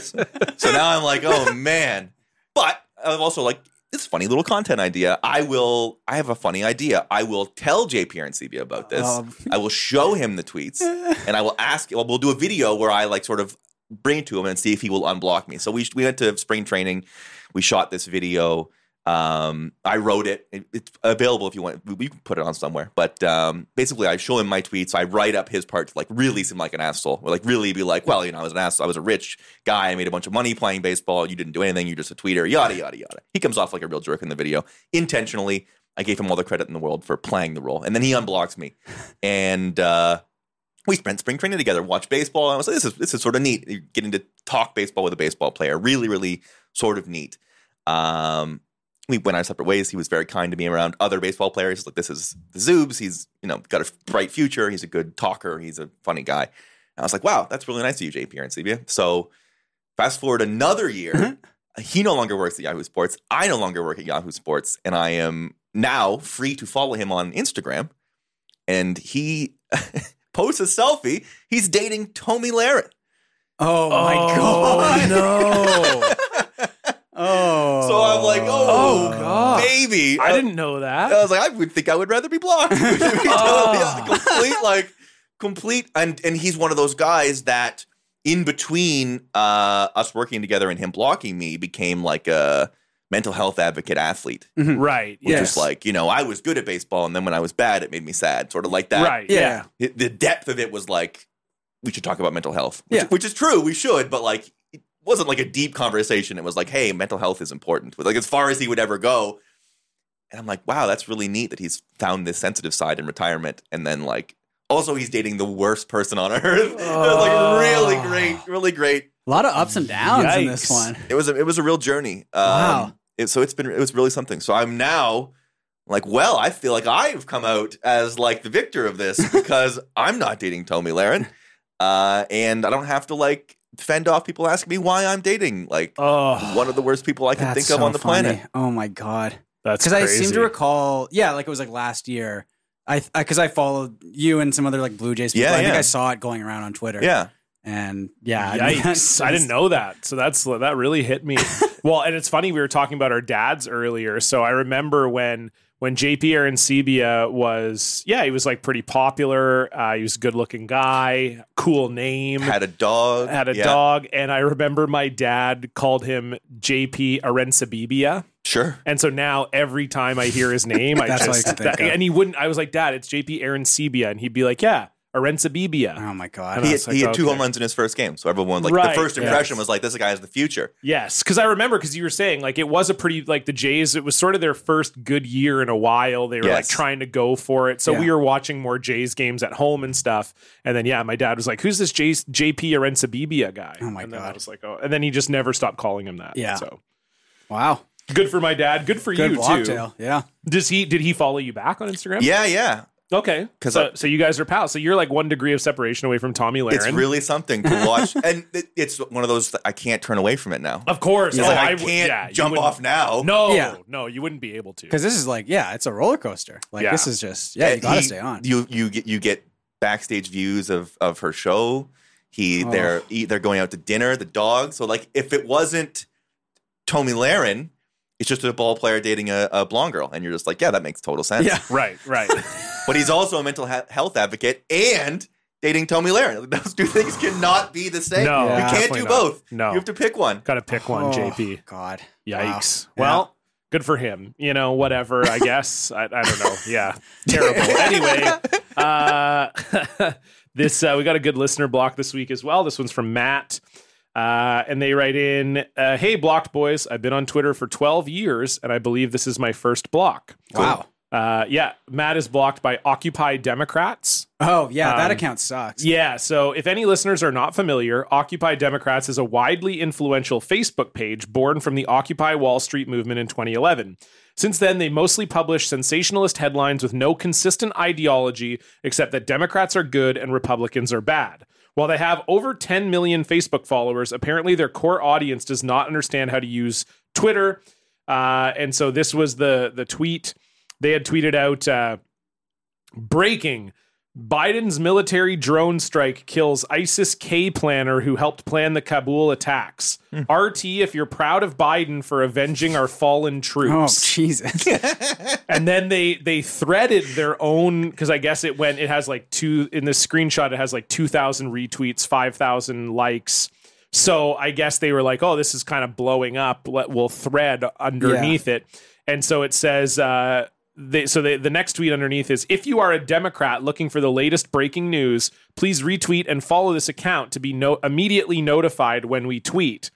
so now I'm like, oh man. But I'm also like, this is a funny little content idea. I will, I have a funny idea. I will tell JPR and Sebia about this. Um. I will show him the tweets, and I will ask, well, we'll do a video where I like sort of bring it to him and see if he will unblock me. So we we went to spring training. We shot this video. Um, I wrote it. It- It's available if you want. We, we can put it on somewhere. But um, basically, I show him my tweets. I write up his part to like really seem like an asshole. Or like really be like, well, you know, I was an asshole. I was a rich guy. I made a bunch of money playing baseball. You didn't do anything. You're just a tweeter. Yada yada yada. He comes off like a real jerk in the video intentionally. I gave him all the credit in the world for playing the role, and then he unblocks me, and. uh we spent spring training together, watched baseball. And I was like, this is this is sort of neat. You're getting to talk baseball with a baseball player. Really, really sort of neat. Um, we went our separate ways. He was very kind to me around other baseball players. Like this is the Zoobs. He's you know got a bright future. He's a good talker. He's a funny guy. And I was like, wow, that's really nice of you, JP and CBA. So fast forward another year, Uh-huh. he no longer works at Yahoo Sports. I no longer work at Yahoo Sports, and I am now free to follow him on Instagram. And he posts a selfie. He's dating Tommy Lahren. Oh, my god. No. oh. So I'm like, oh, Oh, God. baby. I didn't know that. I was like, I would think I would rather be blocked. To be totally honest. complete, like, complete. And and he's one of those guys that in between uh, us working together and him blocking me became like a mental health advocate athlete, which Right. Which Yeah. Yes. is like, you know, I was good at baseball, and then when I was bad, it made me sad, sort of like that. Right. yeah. Yeah. it- the depth of it was like we should talk about mental health which, Yeah. which is true we should but like it wasn't like a deep conversation it was like hey mental health is important but like as far as he would ever go and i'm like wow that's really neat that he's found this sensitive side in retirement and then like also he's dating the worst person on earth it was like really great really great A lot of ups and downs in this Yikes. one. it was a, it was a real journey um, Wow. it- so it's been it was really something so i'm now like well i feel like i've come out as like the victor of this because i'm not dating tommy Lahren, uh, and i don't have to like fend off people asking me why i'm dating like Oh, one of the worst people i can That's think of so on the funny. planet Oh my god. that's Because I seem to crazy. recall, yeah, like it was like last year. I because I, followed you and some other like Blue Jays people. Yeah, I think yeah. I saw it going around on Twitter. yeah And yeah, Yikes. I didn't know that. So that's that really hit me. well, and it's funny we were talking about our dads earlier. So I remember when when JP Arancibia was, yeah, he was like pretty popular. Uh, he was a good looking guy, cool name, Had a dog. had a Yeah. dog. And I remember my dad called him JP Arancibia. Sure. And so now every time I hear his name, I That's what I just, used to think that- of. and he wouldn't, I was like, Dad, it's JP Arancibia. And he'd be like, Yeah, Arancibia. Oh my I god. don't He know. had, it's like, he had two okay. home runs in his first game, so everyone like Right, the first yes. impression was like this guy is the future. Yes, because I remember because you were saying like it was a pretty like the Jays. It was sort of their first good year in a while. They were like Yes. trying to go for it. So Yeah. we were watching more Jays games at home and stuff. And then yeah, my dad was like, "Who's this Jays, JP Arancibia guy?" Oh, my and Then I God. was like, "Oh," and then he just never stopped calling him that. Yeah. So Wow. good for my dad. Good for Good you blocktail. Yeah. too. Does he did he follow you back on Instagram? Yeah, yeah. Okay. 'Cause so, I- so you guys are pals. So you're like one degree of separation away from Tommy Laren. It's really something to watch, and it, it's one of those that I can't turn away from it now. of course. It's Oh, like I, would- can't yeah, you jump wouldn't- off now. No, Yeah. no, you wouldn't be able to. Because this is like, yeah, it's a roller coaster. Like Yeah. this is just, yeah, you He- gotta stay on. You you get you get backstage views of of her show. He Oh. they're eat, they're going out to dinner. The dog. So like if it wasn't Tommy Laren, it's just a ball player dating a, a blonde girl, and you're just like, yeah, that makes total sense. Yeah. Right, right. But he's also a mental he- health advocate and dating Tommy Laren. Those two things cannot be the same. No, you Yeah. can't definitely do not. both. No. you have to pick one. Got to pick one, Oh, JP. God. Wow. Yikes. Yeah. Well, good for him. You know, whatever, I guess. I, I don't know. Yeah. Terrible. Anyway, uh, this, uh, we got a good listener block this week as well. This one's from Matt. Uh, and they write in, uh, Hey, blocked boys, I've been on Twitter for 12 years, and I believe this is my first block. Wow. Uh, yeah, Matt is blocked by Occupy Democrats. Oh yeah, that Um, account sucks. Yeah. So, if any listeners are not familiar, Occupy Democrats is a widely influential Facebook page born from the Occupy Wall Street movement in 2011. Since then, they mostly publish sensationalist headlines with no consistent ideology except that Democrats are good and Republicans are bad. While they have over 10 million Facebook followers, apparently their core audience does not understand how to use Twitter. Uh, and so, this was the, the tweet they had tweeted out. Uh, Breaking. Biden's military drone strike kills ISIS K planner who helped plan the Kabul attacks. RT, if you're proud of Biden for avenging our fallen Oh troops, Jesus. and then they they threaded their own because I guess it went. It has like two in this screenshot. It has like two thousand retweets, five thousand likes. So I guess they were like, "Oh, this is kind of blowing up. Let, we'll thread underneath it." And so it says. Uh, they, so they, the next tweet underneath is if you are a democrat looking for the latest breaking news please retweet and follow this account to be no, immediately notified when we tweet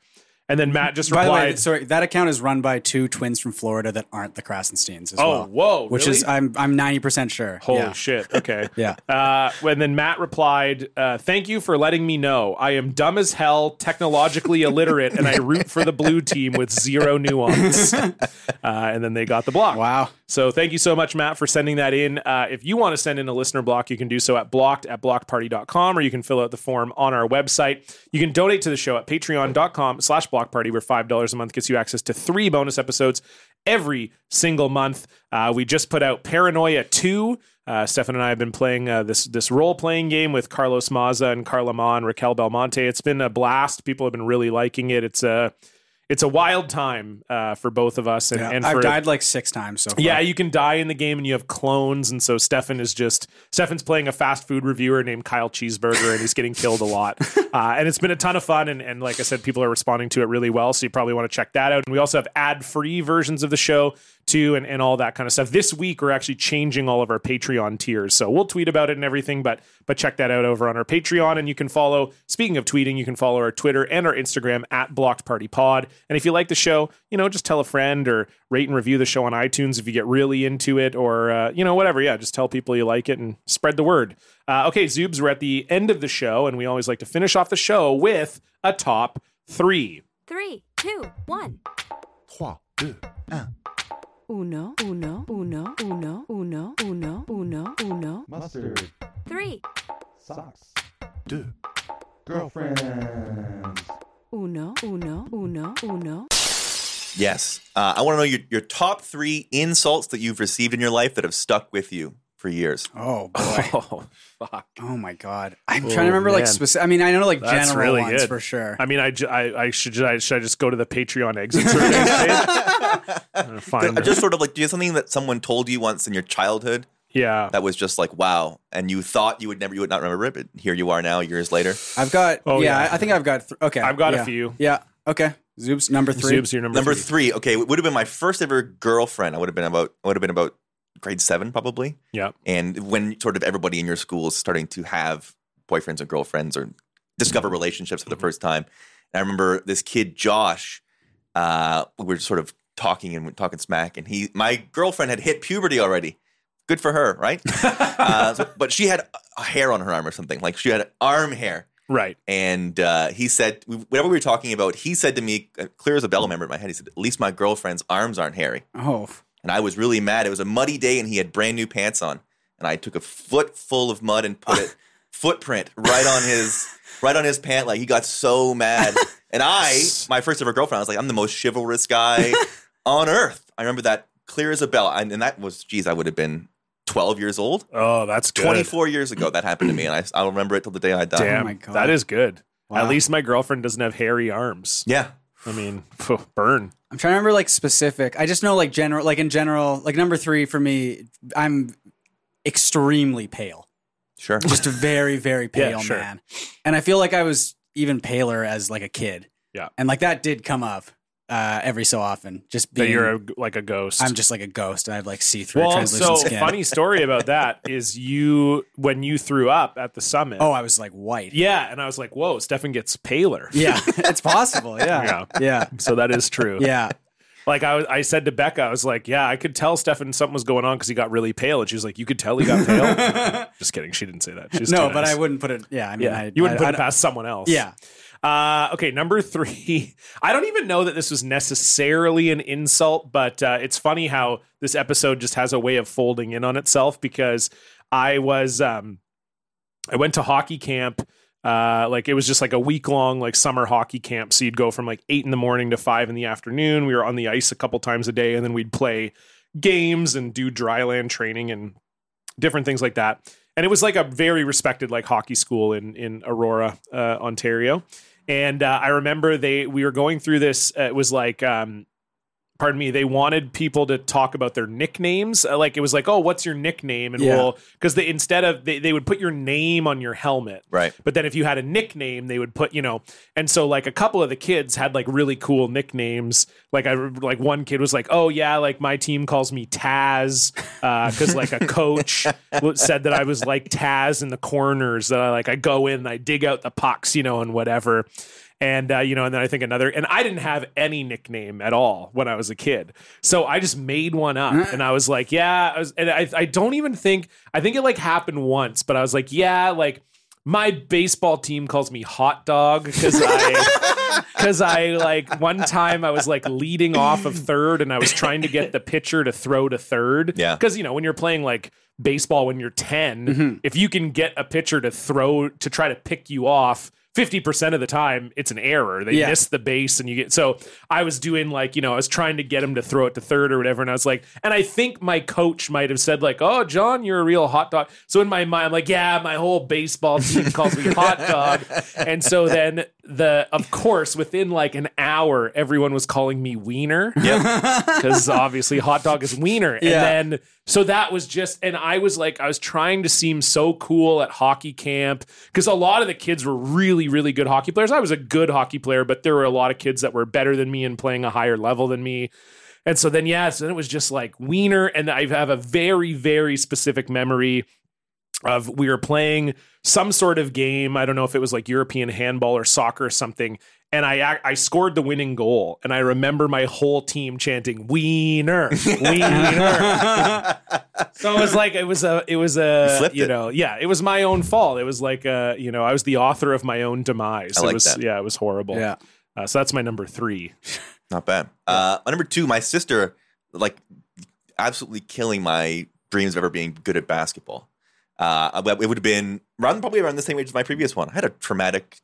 and then matt just By the way, replied sorry, that account is run by two twins from Florida that aren't the Krasensteins as Oh, well. whoa, Which really? is I'm I'm ninety percent sure. Holy yeah. shit. Okay. Yeah. Uh, and then Matt replied, uh, Thank you for letting me know. I am dumb as hell, technologically illiterate, and I root for the blue team with zero nuance. Uh, and then they got the block. Wow. So thank you so much, Matt, for sending that in. Uh, if you want to send in a listener block, you can do so at blocked at blockparty.com or you can fill out the form on our website. You can donate to the show at patreon.com slash blockparty where $5 a month gets you access to three bonus episodes every single month. Uh, we just put out Paranoia 2. Uh, Stefan and I have been playing uh, this this role playing game with Carlos Maza and Carla Ma and Raquel Belmonte. It's been a blast. People have been really liking it. It's a it's a wild time uh, for both of us and, Yeah. and for I've died like six times so far. yeah, you can die in the game and you have clones. And so Stefan is just, Stefan's playing a fast food reviewer named Kyle Cheeseburger and he's getting killed a lot. Uh, and it's been a ton of fun. And, and like I said, people are responding to it really well. So you probably want to check that out. And we also have ad free versions of the show too and, and all that kind of stuff. This week, we're actually changing all of our Patreon tiers. So we'll tweet about it and everything, but, but check that out over on our Patreon. And you can follow, speaking of tweeting, you can follow our Twitter and our Instagram at Blocked Party Pod. And if you like the show, you know, just tell a friend or rate and review the show on iTunes if you get really into it or, uh, you know, whatever. Yeah, just tell people you like it and spread the word. Uh, okay, Zoobs, we're at the end of the show, and we always like to finish off the show with a top three. Three, two, one. Uno, uno, uno, uno, uno, uno, uno, uno. Mustard, Three. socks, deux, girlfriends. Uno, uno, uno, uno. Yes. Uh, I want to know your, your top three insults that you've received in your life that have stuck with you. for years. Oh boy. Oh, fuck. Oh my god. I'm trying Oh, to remember like man. specific. I mean, I know like That's general really ones good. for sure. I mean, I, ju- I, I should, I, should I just go to the Patreon exit survey page? I'm gonna find I it. Uh, just sort of like, do you have something that someone told you once in your childhood yeah. that was just like, wow, and you thought you would never, you would not remember it, but here you are now, years later. I've got. Oh, yeah, yeah. I, I think I've got. Th- okay, I've got a yeah. few. Yeah. Okay. Zoob's number three. Zoob's your number. Number three. three, okay, it would have been my first ever girlfriend. I would have been about, I would have been about grade seven probably, Yeah. and when sort of everybody in your school is starting to have boyfriends or girlfriends or discover relationships for the first time. And I remember this kid Josh. Uh, we were sort of talking and talking smack, and he, my girlfriend, had hit puberty already. Good for her, right? uh, so- but she had a hair on her arm or something. Like she had arm hair. Right. And uh, he said, whatever we were talking about, he said to me, uh, clear as a bell, I remember in my head, he said, at least my girlfriend's arms aren't hairy. Oh. And I was really mad. It was a muddy day, and he had brand new pants on. And I took a foot full of mud and put it footprint right on his right on his pant. Like he got so mad. And I, my first ever girlfriend, I was like, I'm the most chivalrous guy on earth. I remember that clear as a bell. And, and that was, geez, I would have been 12 years old. Oh, that's good. 24 years ago, that happened to me, and I, I'll remember it till the day I die. Damn. Oh my God. That is good. Wow. At least my girlfriend doesn't have hairy arms. Yeah. I mean, phew, burn. I'm trying to remember like specific. I just know like general, like in general, like number three for me. I'm extremely pale, Sure. just a very very Yeah, pale sure. man, and I feel like I was even paler as like a kid. Yeah. And like that did come up uh, every so often. Just That being, you're a, like a ghost. I'm just like a ghost. I have like see through well, so translucent skin. funny story about that is you when you threw up at the summit. Oh, I was like white. yeah, and I was like, "Whoa, Stefan gets paler." Yeah, it's possible. Yeah. Yeah. So that is true. Yeah. Like I, was- I said to Becca, I was like, "Yeah, I could tell Stefan something was going on because he got really pale," and she was like, "You could tell he got pale." just kidding, she didn't say that. She's No, too but nice. I wouldn't put it. Yeah. I mean, Yeah, I, you wouldn't I- put it I- past someone else. Yeah. Uh, okay, number three. I don't even know that this was necessarily an insult, but uh, it's funny how this episode just has a way of folding in on itself because I was um, I went to hockey camp. Uh, like it was just like a week long like summer hockey camp. So you'd go from like eight in the morning to five in the afternoon. We were on the ice a couple times a day, and then we'd play games and do dry land training and different things like that. And it was like a very respected like hockey school in in Aurora, uh, Ontario. And uh, I remember they we were going through this. Uh, it was like, um, pardon me, they wanted people to talk about their nicknames. Uh, like it was like, oh, what's your nickname? And Yeah. we'll because they instead of they, they would put your name on your helmet, Right. but then if you had a nickname, they would put, you know, and so like a couple of the kids had like really cool nicknames. Like I remember, like one kid was like, "Oh yeah, like my team calls me Taz," because like a coach w- said that I was like Taz in the corners. That I like I go in, and I dig out the pucks, you know, and whatever. And uh, you know, and then I think another, and I didn't have any nickname at all when I was a kid, so I just made one up, and I was like, yeah, I was, and I, I don't even think I think it like happened once, but I was like, yeah, like my baseball team calls me hot dog because I because I like one time I was like leading off of third and I was trying to get the pitcher to throw to third. Yeah. Because you know, when you're playing like baseball when you're 10, if you can get a pitcher to throw to try to pick you off. 50% of the time it's an error. They Yeah. miss the base and you get so I was doing like, you know, I was trying to get him to throw it to third or whatever and I was like and I think my coach might have said like, "Oh, John, you're a real hot dog." So in my mind I'm like, "Yeah, my whole baseball team calls me hot dog." And so then the of course within like an hour everyone was calling me wiener because obviously hot dog is wiener. Yeah. And then so that was just, and I was like, I was trying to seem so cool at hockey camp because a lot of the kids were really, really good hockey players. I was a good hockey player, but there were a lot of kids that were better than me and playing a higher level than me. And so then, yeah, so then it was just like wiener. And I have a very, very specific memory of we were playing some sort of game. I don't know if it was like European handball or soccer or something. And I I scored the winning goal, and I remember my whole team chanting "Wiener, Wiener." so it was like it was a it was You a flipped you, it. know yeah it was my own fault. It was like uh you know I was the author of my own demise. I like it was that. yeah it was horrible. Yeah. Uh, so that's my number three. Not bad. Uh, my number two, my sister, like, absolutely killing my dreams of ever being good at basketball. Uh, it would have been around, probably around the same age as my previous one. I had a traumatic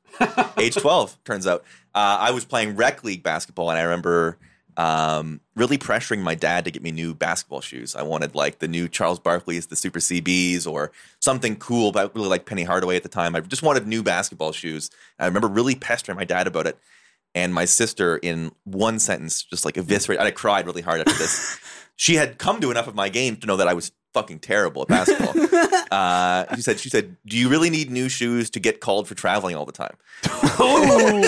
age 12, turns out. Uh, I was playing rec league basketball, and I remember um, really pressuring my dad to get me new basketball shoes. I wanted like the new Charles Barkley's, the Super CBs, or something cool. But I really like Penny Hardaway at the time. I just wanted new basketball shoes. I remember really pestering my dad about it, and my sister in one sentence just like eviscerated. And I cried really hard after this. she had come to enough of my game to know that I was fucking terrible at basketball. uh, she said, "She said, do you really need new shoes to get called for traveling all the time?" Oh,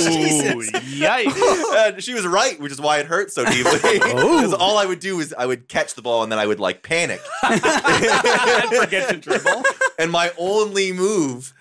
yikes. and she was right, which is why it hurt so deeply. Because all I would do is I would catch the ball and then I would like panic. And forget to dribble. and my only move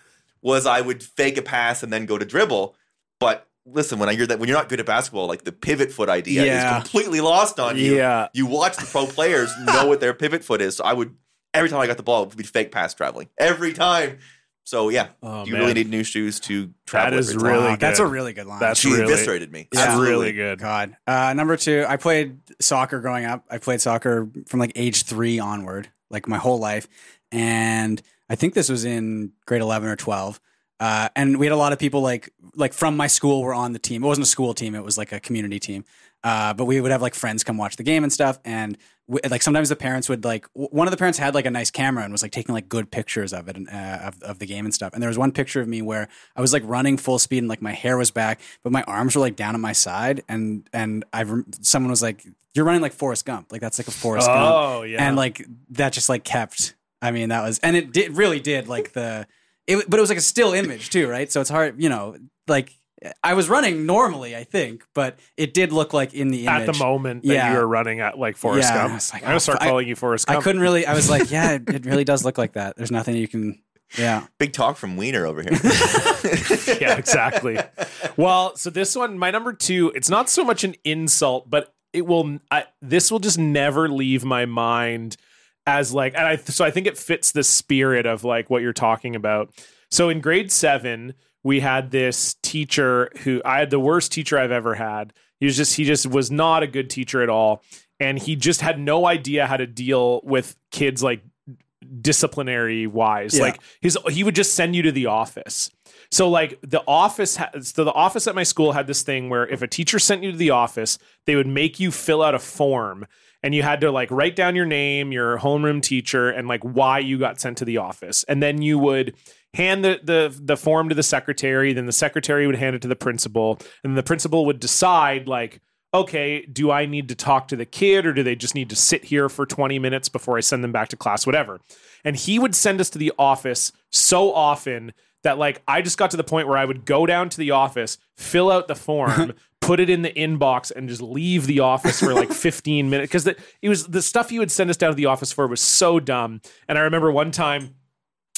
was I would fake a pass and then go to dribble. But listen, when I hear that when you're not good at basketball, like the pivot foot idea Yeah. is completely lost on you. Yeah. You watch the pro players know what their pivot foot is. So I would every time I got the ball, it would be fake pass traveling. Every time. So yeah. Oh, you man. really need new shoes to travel. That is every time. really Wow, That's a good. really good line. That's she really, eviscerated me. that's Yeah. really good. God. Uh, number two, I played soccer growing up. I played soccer from like age three onward, like my whole life. And I think this was in grade 11 or 12. Uh, and we had a lot of people like like from my school were on the team. It wasn't a school team; it was like a community team. Uh, but we would have like friends come watch the game and stuff. And we, like sometimes the parents would like w- one of the parents had like a nice camera and was like taking like good pictures of it and uh, of of the game and stuff. And there was one picture of me where I was like running full speed and like my hair was back, but my arms were like down on my side. And and I rem- someone was like, "You're running like Forrest Gump. Like that's like a Forrest Gump." Oh, yeah. and like that just like kept i mean that was and it did really did like the it but it was like a still image too right so it's hard you know like i was running normally i think but it did look like in the at image the moment that Yeah. you were running at like "Oh, Forrest Yeah, Gump. I was like, I'm gonna start I- calling you Forrest i Gump. couldn't really i was like yeah it, it really does look like that there's nothing you can yeah Big talk from Wiener over here. yeah, exactly. Well, so this one, my number two, it's not so much an insult, but it will. I, this will just never leave my mind as like, and I so I think it fits the spirit of like what you're talking about. So in grade seven, we had this teacher who I had the worst teacher I've ever had. He was just he just was not a good teacher at all, and he just had no idea how to deal with kids like disciplinary wise. Yeah. Like his he would just send you to the office. So like the office, ha- so the office at my school had this thing where if a teacher sent you to the office, they would make you fill out a form, and you had to like write down your name, your homeroom teacher, and like why you got sent to the office, and then you would hand the the the form to the secretary, then the secretary would hand it to the principal, and the principal would decide like. Okay, do I need to talk to the kid or do they just need to sit here for 20 minutes before I send them back to class? Whatever. And he would send us to the office so often that like I just got to the point where I would go down to the office, fill out the form, put it in the inbox, and just leave the office for like 15 minutes because it was the stuff you would send us down to the office for was so dumb. And I remember one time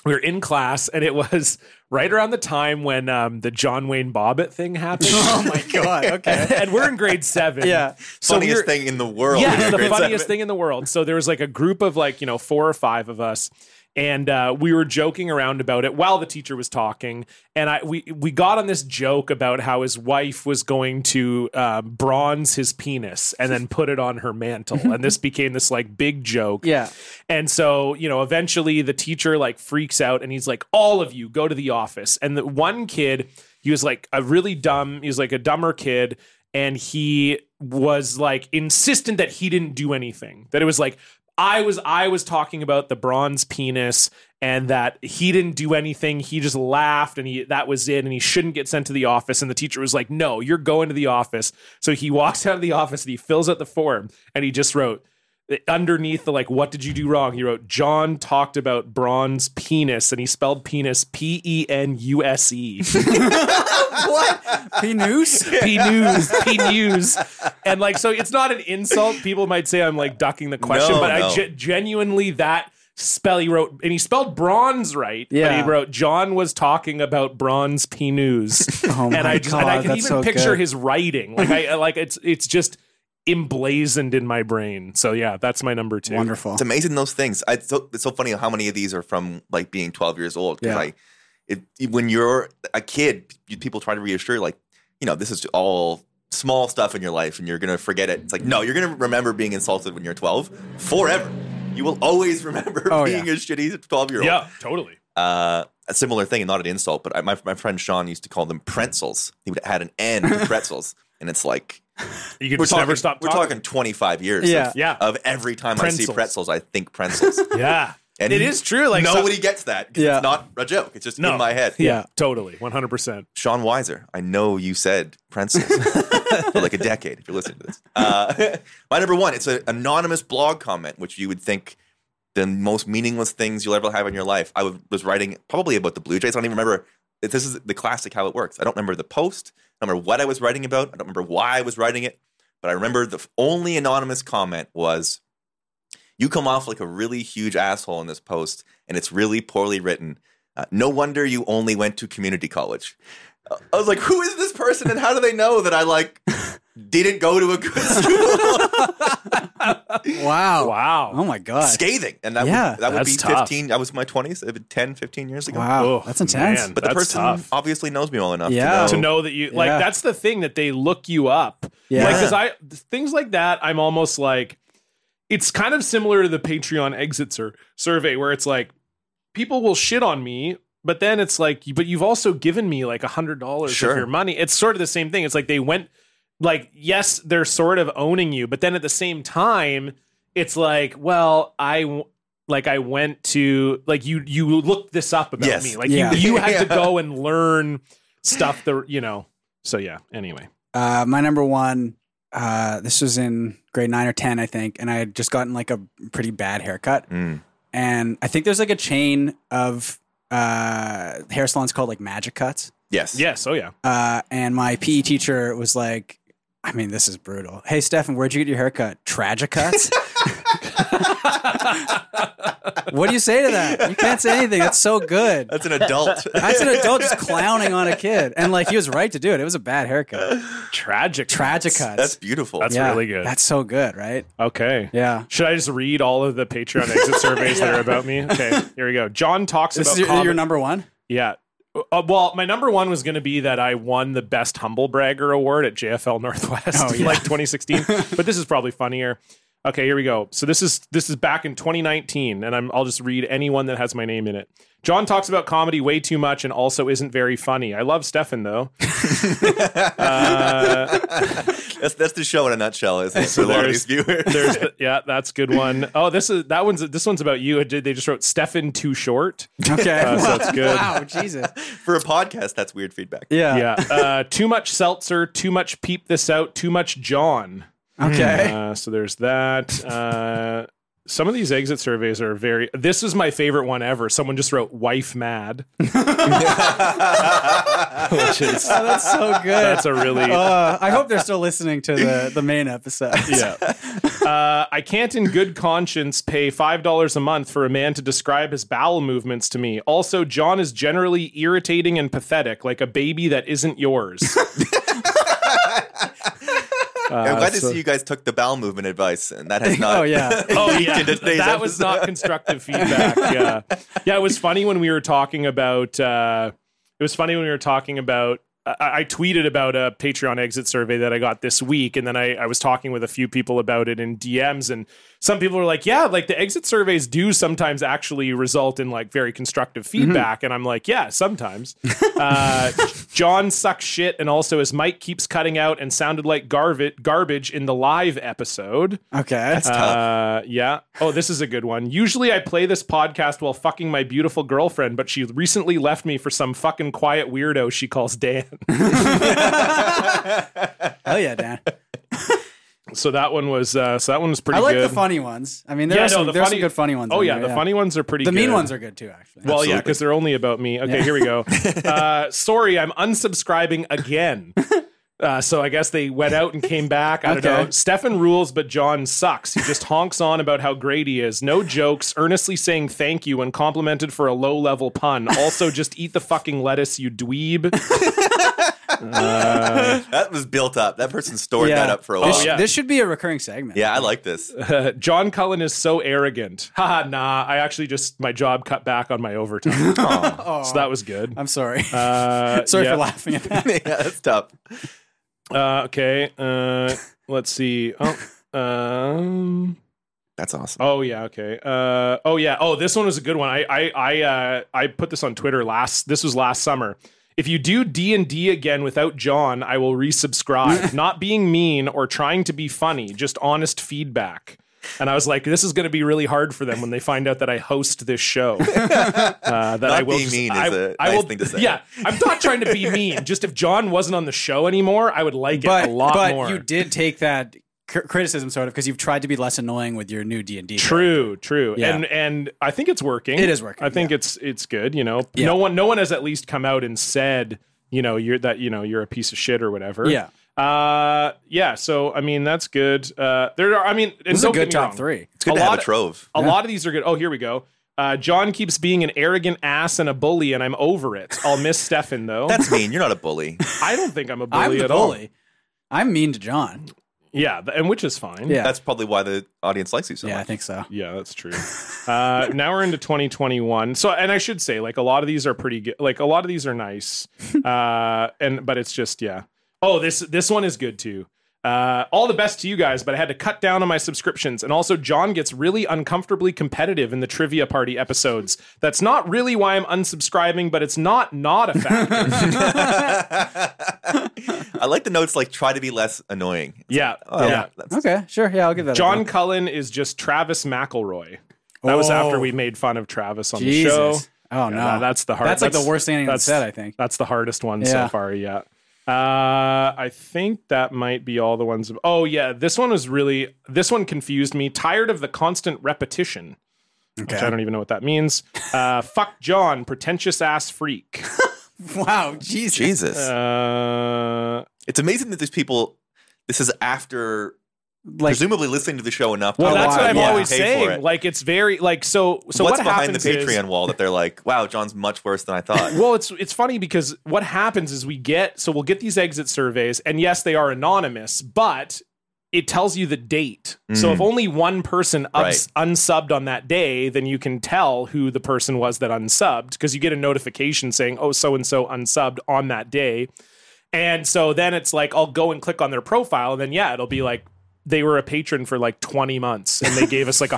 we were in class and it was right around the time when um, the John Wayne Bobbitt thing happened. oh my god okay and we're in grade seven. Yeah. so we funniest we're, thing in the world. yeah, it's the Grade funniest seven. thing in the world. So there was like a group of like, you know, four or five of us. And uh, we were joking around about it while the teacher was talking, and I we we got on this joke about how his wife was going to uh, bronze his penis and then put it on her mantle, and this became this like big joke. yeah And so, you know, eventually the teacher like freaks out and he's like, all of you go to the office. And the one kid, he was like a really dumb, he was like a dumber kid. And he was like insistent that he didn't do anything, that it was like, I was I was talking about the bronze penis and that he didn't do anything. He just laughed and he that was it and he shouldn't get sent to the office and the teacher was like, "No, you're going to the office." So he walks out of the office and he fills out the form and he just wrote uh, underneath the like what did you do wrong he wrote john talked about bronze penis and he spelled penis E p-e-n-u-s-e what Pinus? p-news p-news and like so it's not an insult people might say i'm like ducking the question No, but i no. ge- genuinely that spell he wrote and he spelled bronze right Yeah. but he wrote john was talking about bronze p-news oh my and I just god and I can that's even so picture good. his writing. Like I like it's it's just emblazoned in my brain. So yeah, that's my number two. wonderful It's amazing those things. I, it's, so, it's so funny how many of these are from like being 12 years old. 'Cause Yeah. I, it, when you're a kid, you, people try to reassure, like, you know, this is all small stuff in your life and you're going to forget it. It's like, no, you're going to remember being insulted when you're 12 forever. You will always remember Oh, being a shitty 12 year old. Yeah, totally. Uh, a similar thing, not an insult, but I, my, my friend Sean used to call them pretzels. He would add an N to pretzels. and it's like You can we're just talking, never stop we're talking. talking 25 years Yeah. of, Yeah. of every time I see Pretzels. pretzels, I think pretzels. Yeah. And it is true. Like nobody some- gets that. 'cause Yeah. It's not a joke. It's just No. in my head. yeah, totally. 100%. Sean Weiser, I know you said pretzels for like a decade if you're listening to this. Uh, my number one, it's an anonymous blog comment, which you would think the most meaningless things you'll ever have in your life. I was- was writing probably about the Blue Jays. I don't even remember. This is the classic how it works. I don't remember the post. I don't remember what I was writing about. I don't remember why I was writing it. But I remember the f- only anonymous comment was, You come off like a really huge asshole in this post, and it's really poorly written. Uh, no wonder you only went to community college. I was like, who is this person and how do they know that I like didn't go to a good school? Wow. Wow. Oh my god. Scathing. And that Yeah, would, that would that's be tough. 15, that was my 20s, it'd been 10, 15 years ago. Wow. Oh, that's intense. man. But the That's person tough. obviously knows me well enough Yeah. to to know. know that you like Yeah. that's the thing that they look you up Yeah. like because i things like that i'm almost like it's kind of similar to the patreon exit sur- survey where it's like people will shit on me but then it's like but you've also given me like a hundred dollars Sure. of your money it's sort of the same thing it's like they went like yes they're sort of owning you but then at the same time it's like well i w- like i went to like you you looked this up about Yes. me like Yeah. you you had to Yeah. go and learn stuff the you know so yeah anyway Uh, my number one. Uh, this was in grade nine or ten, I think, and I had just gotten like a pretty bad haircut. Mm. and I think there's like a chain of uh, hair salons called like Magic Cuts. Yes. yes oh yeah Uh, and my PE teacher was like, I mean, this is brutal. Hey, Stefan, where'd you get your haircut? Tragic Cuts? what do you say to that? You can't say anything. That's so good. That's an adult. That's an adult just clowning on a kid. And like, he was right to do it. It was a bad haircut. tragic Tragic Cuts. That's beautiful. That's- really good. That's so good, right? okay Yeah. should i just read all of the patreon exit surveys that are about me okay here we go john talks This about is your, comedy- your number one? yeah uh, well, my number one was going to be that I won the best humble bragger award at JFL Northwest Oh, yeah. like 2016, but this is probably funnier. Okay, here we go. So this is this is back in 2019, and I'm, I'll just read anyone that has my name in it. John talks about comedy way too much and also isn't very funny. I love Stefan though. that's, that's the show in a nutshell, isn't it? For a lot of these there's- viewers. There's yeah, that's a good one. Oh, this is that one's this one's about you. It did- They just wrote Stefan too short. Okay. Uh, so it's good. Wow, Jesus. For a podcast, that's weird feedback. Yeah, uh, too much seltzer, too much peep this out, too much John. Okay. Uh, so there's that. Uh, some of these exit surveys are very. This is my favorite one ever. Someone just wrote "wife mad," which is Oh, that's so good. that's a really Uh, I hope they're still listening to the, the main episode. yeah. Uh, I can't, in good conscience, pay five dollars a month for a man to describe his bowel movements to me. Also, John is generally irritating and pathetic, like a baby that isn't yours. I'm glad to see you guys took the bowel movement advice, and that has not. Oh yeah. Oh yeah, Into today's that was not constructive feedback. Yeah, yeah. It was funny when we were talking about. Uh, it was funny when we were talking about. I, I tweeted about a Patreon exit survey that I got this week, and then I, I was talking with a few people about it in DMs, and some people were like, "Yeah, like the exit surveys do sometimes actually result in like very constructive feedback," and I'm like, "Yeah, sometimes." uh, John sucks shit, and also his mic keeps cutting out and sounded like garbage garbage in the live episode. Okay. Uh, yeah. Oh, this is a good one. Usually I play this podcast while fucking my beautiful girlfriend, but she recently left me for some fucking quiet weirdo she calls Dan. Hell yeah, Dan. so that one was uh so that one was pretty I like good. the funny ones. I mean, there Yeah, are no, some, the there are funny- some good funny ones. Oh in yeah, there, the funny ones are pretty The good. mean ones are good too, actually. well, yeah, because they're only about me. Okay, here we go. Uh, sorry, I'm unsubscribing again. Uh, so I guess they went out and came back. I Okay. don't know. Stefan rules, but John sucks. He just honks on about how great he is. No jokes, earnestly saying thank you and complimented for a low level pun. Also, just eat the fucking lettuce, you dweeb. That was built up. That person stored Yeah. that up for a while. This, yeah. this should be a recurring segment. yeah, I like this. Uh, John Cullen is so arrogant. Haha, nah. I actually just, my job cut back on my overtime. So that was good. I'm sorry. Uh, sorry yeah. for laughing at that. yeah, that's tough. Uh, okay. Uh, let's see. Oh, um, That's awesome. oh yeah. Okay. Uh, oh yeah. Oh, this one was a good one. I I I uh, I put this on Twitter last. This was last summer. If you do D and D again without John, I will resubscribe. Not being mean or trying to be funny, just honest feedback. And I was like, this is going to be really hard for them when they find out that I host this show. Uh, that Not I will being just- mean I, is a I nice will, thing to say. Yeah, I'm not trying to be mean. Just if John wasn't on the show anymore, I would like but it a lot but more. you did take that cr- criticism sort of because you've tried to be less annoying with your new D and D. True, true, Yeah. and and I think it's working. It is working, I think it's it's good. You know, Yeah. no one no one has at least come out and said you know you're that you know you're a piece of shit or whatever. Yeah. uh, yeah. So I mean that's good. Uh, there are. I mean, and This is a don't get good me top wrong. three. It's good A to have lot a of- trove. A lot of these are good. Oh, here we go. Uh, John keeps being an arrogant ass and a bully, and I'm over it. I'll miss Stefan though. That's mean. You're not a bully. I don't think I'm a bully I'm the at all. bully. I'm mean to John. Yeah, th- and which is fine. Yeah, That's probably why the audience likes you so yeah, I much. think so. Yeah, that's true. uh, now we're into 2021. So, and I should say, like, a lot of these are pretty good. Like, a lot of these are nice. Uh, and but it's just, yeah. Oh, this this one is good too. Uh, all the best to you guys, but I had to cut down on my subscriptions. And also, John gets really uncomfortably competitive in the trivia party episodes. That's not really why I'm unsubscribing, but it's not not a factor. I like the notes like try to be less annoying. yeah, Oh, yeah. that's- Okay, sure. Yeah, I'll give that. a John go. Cullen is just Travis McElroy. That was after Oh. we made fun of Travis on Jesus. the show. Oh no, Yeah, that- that's the hard. That's like the worst thing anyone that's- said. I think. that's the hardest one so Yeah. far. Yeah, uh, I think that might be all the ones. Oh yeah, this one was really. This one confused me. Tired of the constant repetition, which I Okay. don't even know what that means. Uh, fuck John, pretentious ass freak. Wow, Jesus. Jesus. Uh, it's amazing that these people, this is after Like, presumably listening to the show enough. well, Oh, that's what wow, I'm yeah. always Pay for it. saying. Like it's very like so. So What's what behind the happens is- Patreon wall that they're like, wow, John's much worse than I thought. Uh, well it's it's funny because what happens is we get so we'll get these exit surveys and yes they are anonymous but it tells you the date so if only one person ups, unsubbed on that day then you can tell who the person was that unsubbed because you get a notification saying oh so and so unsubbed on that day and so then it's like i'll go and click on their profile and then yeah it'll be like they were a patron for like 20 months and they gave us like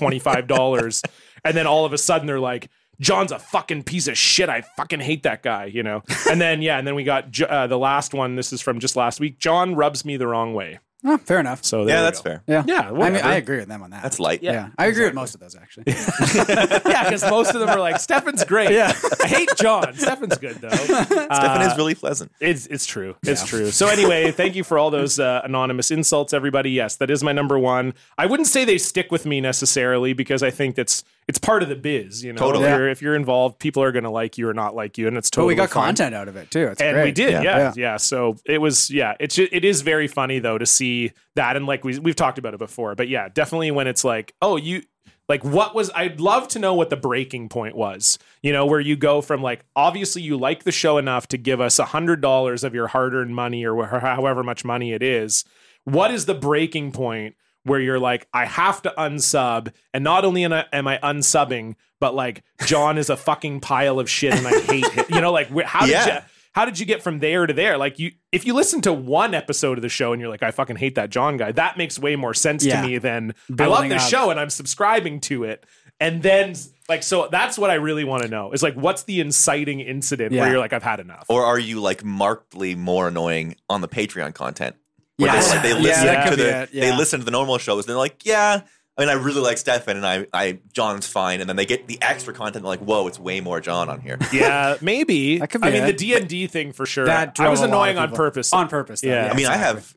$125 and then all of a sudden they're like john's a fucking piece of shit i fucking hate that guy you know and then yeah and then we got J- uh, the last one this is from just last week john rubs me the wrong way oh, fair enough. so there yeah, we that's go. fair. Yeah, yeah, I mean, whatever. I agree with them on that. That's light. yeah. I agree with most of those actually. yeah because most of them are like stefan's great yeah i hate john stefan's good though Stefan Uh, is really pleasant. It's it's true. It's true. So anyway, thank you for all those uh, anonymous insults, everybody. Yes, that is my number one. I wouldn't say they stick with me necessarily because I think that's it's part of the biz. You know, Totally. if, you're, if you're involved, people are going to like you or not like you, and it's but totally. we got fine. content out of it too. It's And great. we did, yeah. Yeah. Yeah, Yeah. So it was, yeah. It's ju- it is very funny though to see that, and like we we've talked about it before, but yeah, definitely when it's like, oh, you like what was? I'd love to know what the breaking point was. You know, where you go from like obviously you like the show enough to give us a hundred dollars of your hard earned money or wh- however much money it is. What is the breaking point? Where you're like, I have to unsub, and not only am I, am I unsubbing, but like John is a fucking pile of shit, and I hate him. You know, like wh- how did Yeah. you, how did you get from there to there? Like you, if you listen to one episode of the show and you're like, I fucking hate that John guy, that makes way more sense Yeah. to me than I love Building this up. show and I'm subscribing to it. And then like, so that's what I really want to know is like, what's the inciting incident Yeah. where you're like, I've had enough. Or are you like markedly more annoying on the Patreon content? Where Yeah. they, like, they Yeah, listen that to could be the it, they yeah. listen to the normal shows and they're like, yeah. I mean, I really like Stefan and I, I John's fine, and then they get the extra content. They're like, whoa, it's way more John on here. yeah, maybe. That could be I mean, it. the D and D thing for sure. That I drove was a lot of annoying on people. purpose. On purpose, though, Yeah. yeah. I mean, I have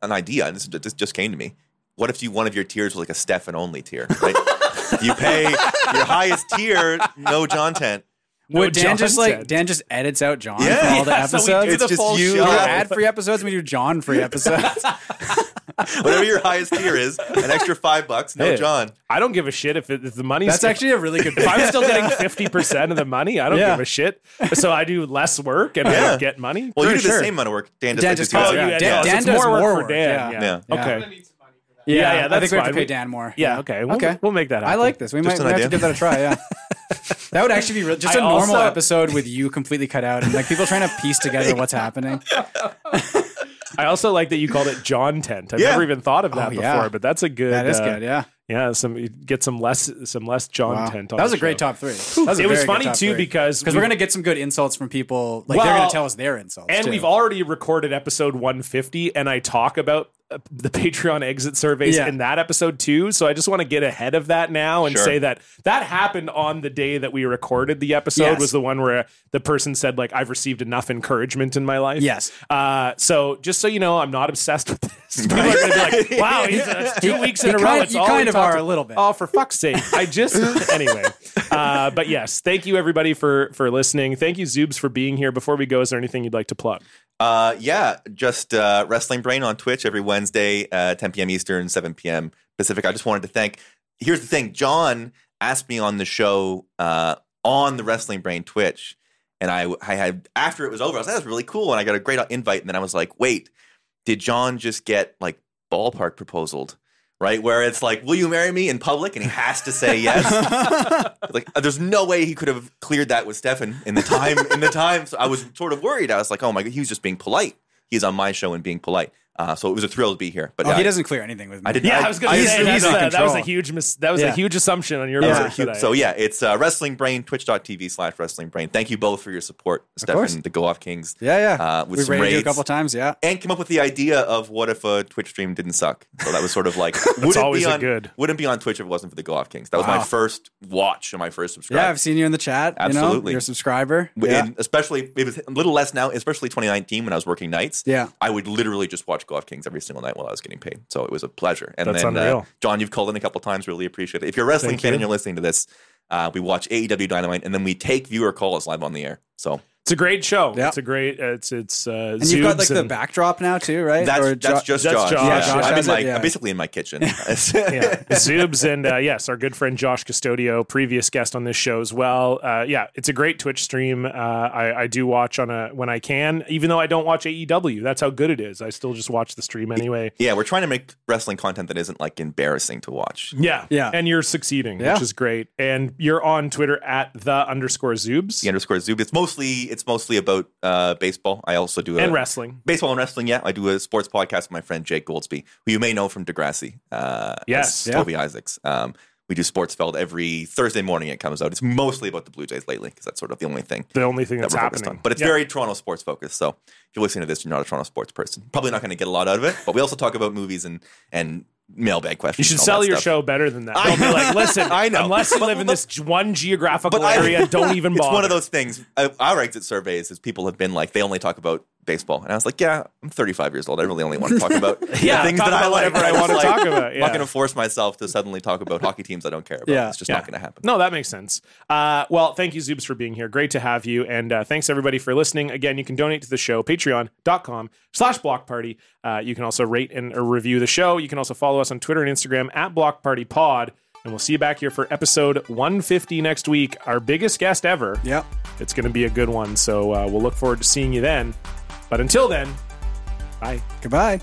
an idea. and This this just came to me. What if you one of your tiers was like a Stefan only tier? Right? you pay your highest tier, no John tent. No, Would Dan John just said. like Dan just edits out John Yeah. from all the Yeah, so we episodes? do It's the just full you we do show. ad free episodes. We do John free episodes. Whatever your highest tier is, an extra five bucks, no Hey, John. I don't give a shit if, it, if the money's That's actually a really good. if I'm still getting 50% of the money, I don't Yeah. give a shit. So I do less work and I Yeah. don't get money. Well, For you do sure. the same amount of work. Dan just Dan does just his calls Oh, Oh, own. yeah, yeah. yeah, Dan- so Dan it's does more work more for work, Dan. yeah. Yeah. Yeah. Okay. Yeah, yeah, yeah, I that's think we have fine. to pay We- Dan more. Yeah. Okay. We'll, okay. We'll make that. I Happen. like this. We Just might an we have to idea. give that a try. Yeah. That would actually be real, just a I normal also- episode with you completely cut out and like people trying to piece together what's happening. I also like that you called it John Tent. I've Yeah. never even thought of that Oh, yeah. before, but that's a good. That is uh, good. Yeah. Yeah, some get some less some less John Wow. tent. On That was the a great show. top three. It was funny, too, because because we- we're gonna get some good insults from people. Like they're Well, gonna tell us their insults, And too. Oh, we've already recorded episode 150, and I talk about uh, the Patreon exit surveys Yeah. in that episode too. So I just want to get ahead of that now and Sure. say that that happened on the day that we recorded the episode. Yes. Was the one where the person said like I've received enough encouragement in my life. Yes. Uh, so just so you know, I'm not obsessed with this. People are going to be like, "Wow, he's, that's two weeks in You a row." kind- It's you all kind we of talked are to- a little bit. Oh, for fuck's sake! I just anyway. Uh, but yes, thank you everybody for for listening. Thank you Zoobs for being here. Before we go, is there anything you'd like to plug? Uh, yeah, just uh, Wrestling Brain on Twitch every Wednesday, uh, 10 p.m. Eastern, 7 p.m. Pacific. I just wanted to thank. Here's the thing John asked me on the show uh, on the Wrestling Brain Twitch. And I, I had, after it was over, I was like, that was really cool. And I got a great invite. And then I was like, wait, did John just get like ballpark proposaled? Right? Where it's like, will you marry me in public? And he has to say yes. like uh, there's no way he could have cleared that with Stefan in the time in the time. So I was sort of worried. I was like, oh my god, he was just being polite. He's on my show and being polite. Uh, so it was a thrill to be here. But Oh, uh, he doesn't clear anything with me. I did Yeah, not- I, was going to he's- say he's that's in a, that was a control. huge mis- that was a Yeah. huge assumption on your Yeah. part. that I- So yeah, it's uh, Wrestling Brain, twitch.tv slash Wrestling Brain. Thank you both for your support, course. Stefan, the Go Off Kings. yeah, yeah. Uh, with we some rated you a raids. couple times. Yeah, And came up with the idea of what if a Twitch stream didn't suck. So that was sort of like wouldn't always be a on, good- Wouldn't be on Twitch if it wasn't for the Go Off Kings. That was my Wow. first watch and my first subscribe. yeah. I've seen you in the chat. you know? Absolutely. you're a subscriber. Yeah. and especially it was a little less now, especially 2019 when I was working nights. Yeah. I would literally just watch Golf Kings every single night while I was getting paid. So it was a pleasure. And That's then uh, unreal. John, you've called in a couple times. Really appreciate it. If you're a wrestling Thank fan you. and you're listening to this, uh, we watch AEW Dynamite and then we take viewer calls live on the air. So it's a great show. Yeah. It's a great. Uh, it's it's. Uh, and you've got like the backdrop now too, right? that's Or that's Jo- just that's Josh. Josh. Yeah, Josh I'm in has it, my, yeah. I'm basically in my kitchen. yeah, Zoobs and uh, yes, our good friend Josh Custodio, previous guest on this show as well. Uh, yeah, it's a great Twitch stream. Uh, I, I do watch on a when I can, even though I don't watch AEW. That's how good it is. I still just watch the stream anyway. Yeah, we're trying to make wrestling content that isn't like embarrassing to watch. Yeah, Yeah. and you're succeeding, Yeah. which is great. And you're on Twitter at the underscore Zoobs The underscore Zoom. It's mostly it's mostly about uh, baseball. I also do a, and wrestling. baseball and wrestling. Yeah, I do a sports podcast with my friend Jake Goldsby, who you may know from Degrassi. Uh, Yes. as Toby Isaacs. Um, we do Sportsfeld every Thursday morning. It comes out. It's mostly about the Blue Jays lately because that's sort of the only thing The only thing that that's we're focused happening, on. But it's Yeah. very Toronto sports focused. So if you're listening to this, you're not a Toronto sports person. Probably not going to get a lot out of it. But we also talk about movies and and mailbag You questions. should and all sell that your stuff. show better than that. I- They'll be like, listen, I know. unless you But- live in but- this one geographical But I- area, don't even It's bother. one of those things. Uh, Our exit surveys is people have been like they only talk about baseball, and I was like, yeah, I'm 35 years old. I really only want to talk about Yeah, the things talk that I about like. whatever I was wanna like, talk about, I'm yeah. not going to force myself to suddenly talk about hockey teams I don't care about. Yeah. it's just Yeah. not going to happen. No, that makes sense. Uh, well, thank you, Zoobs, for being here. Great to have you. And uh, thanks, everybody, for listening. Again, you can donate to the show, patreon.com slash block party. Uh, you can also rate and uh, review the show. You can also follow us on Twitter and Instagram at block party pod. And we'll see you back here for episode 150 next week, our biggest guest ever. yeah. It's going to be a good one. So uh, we'll look forward to seeing you then. But until then, bye. Goodbye.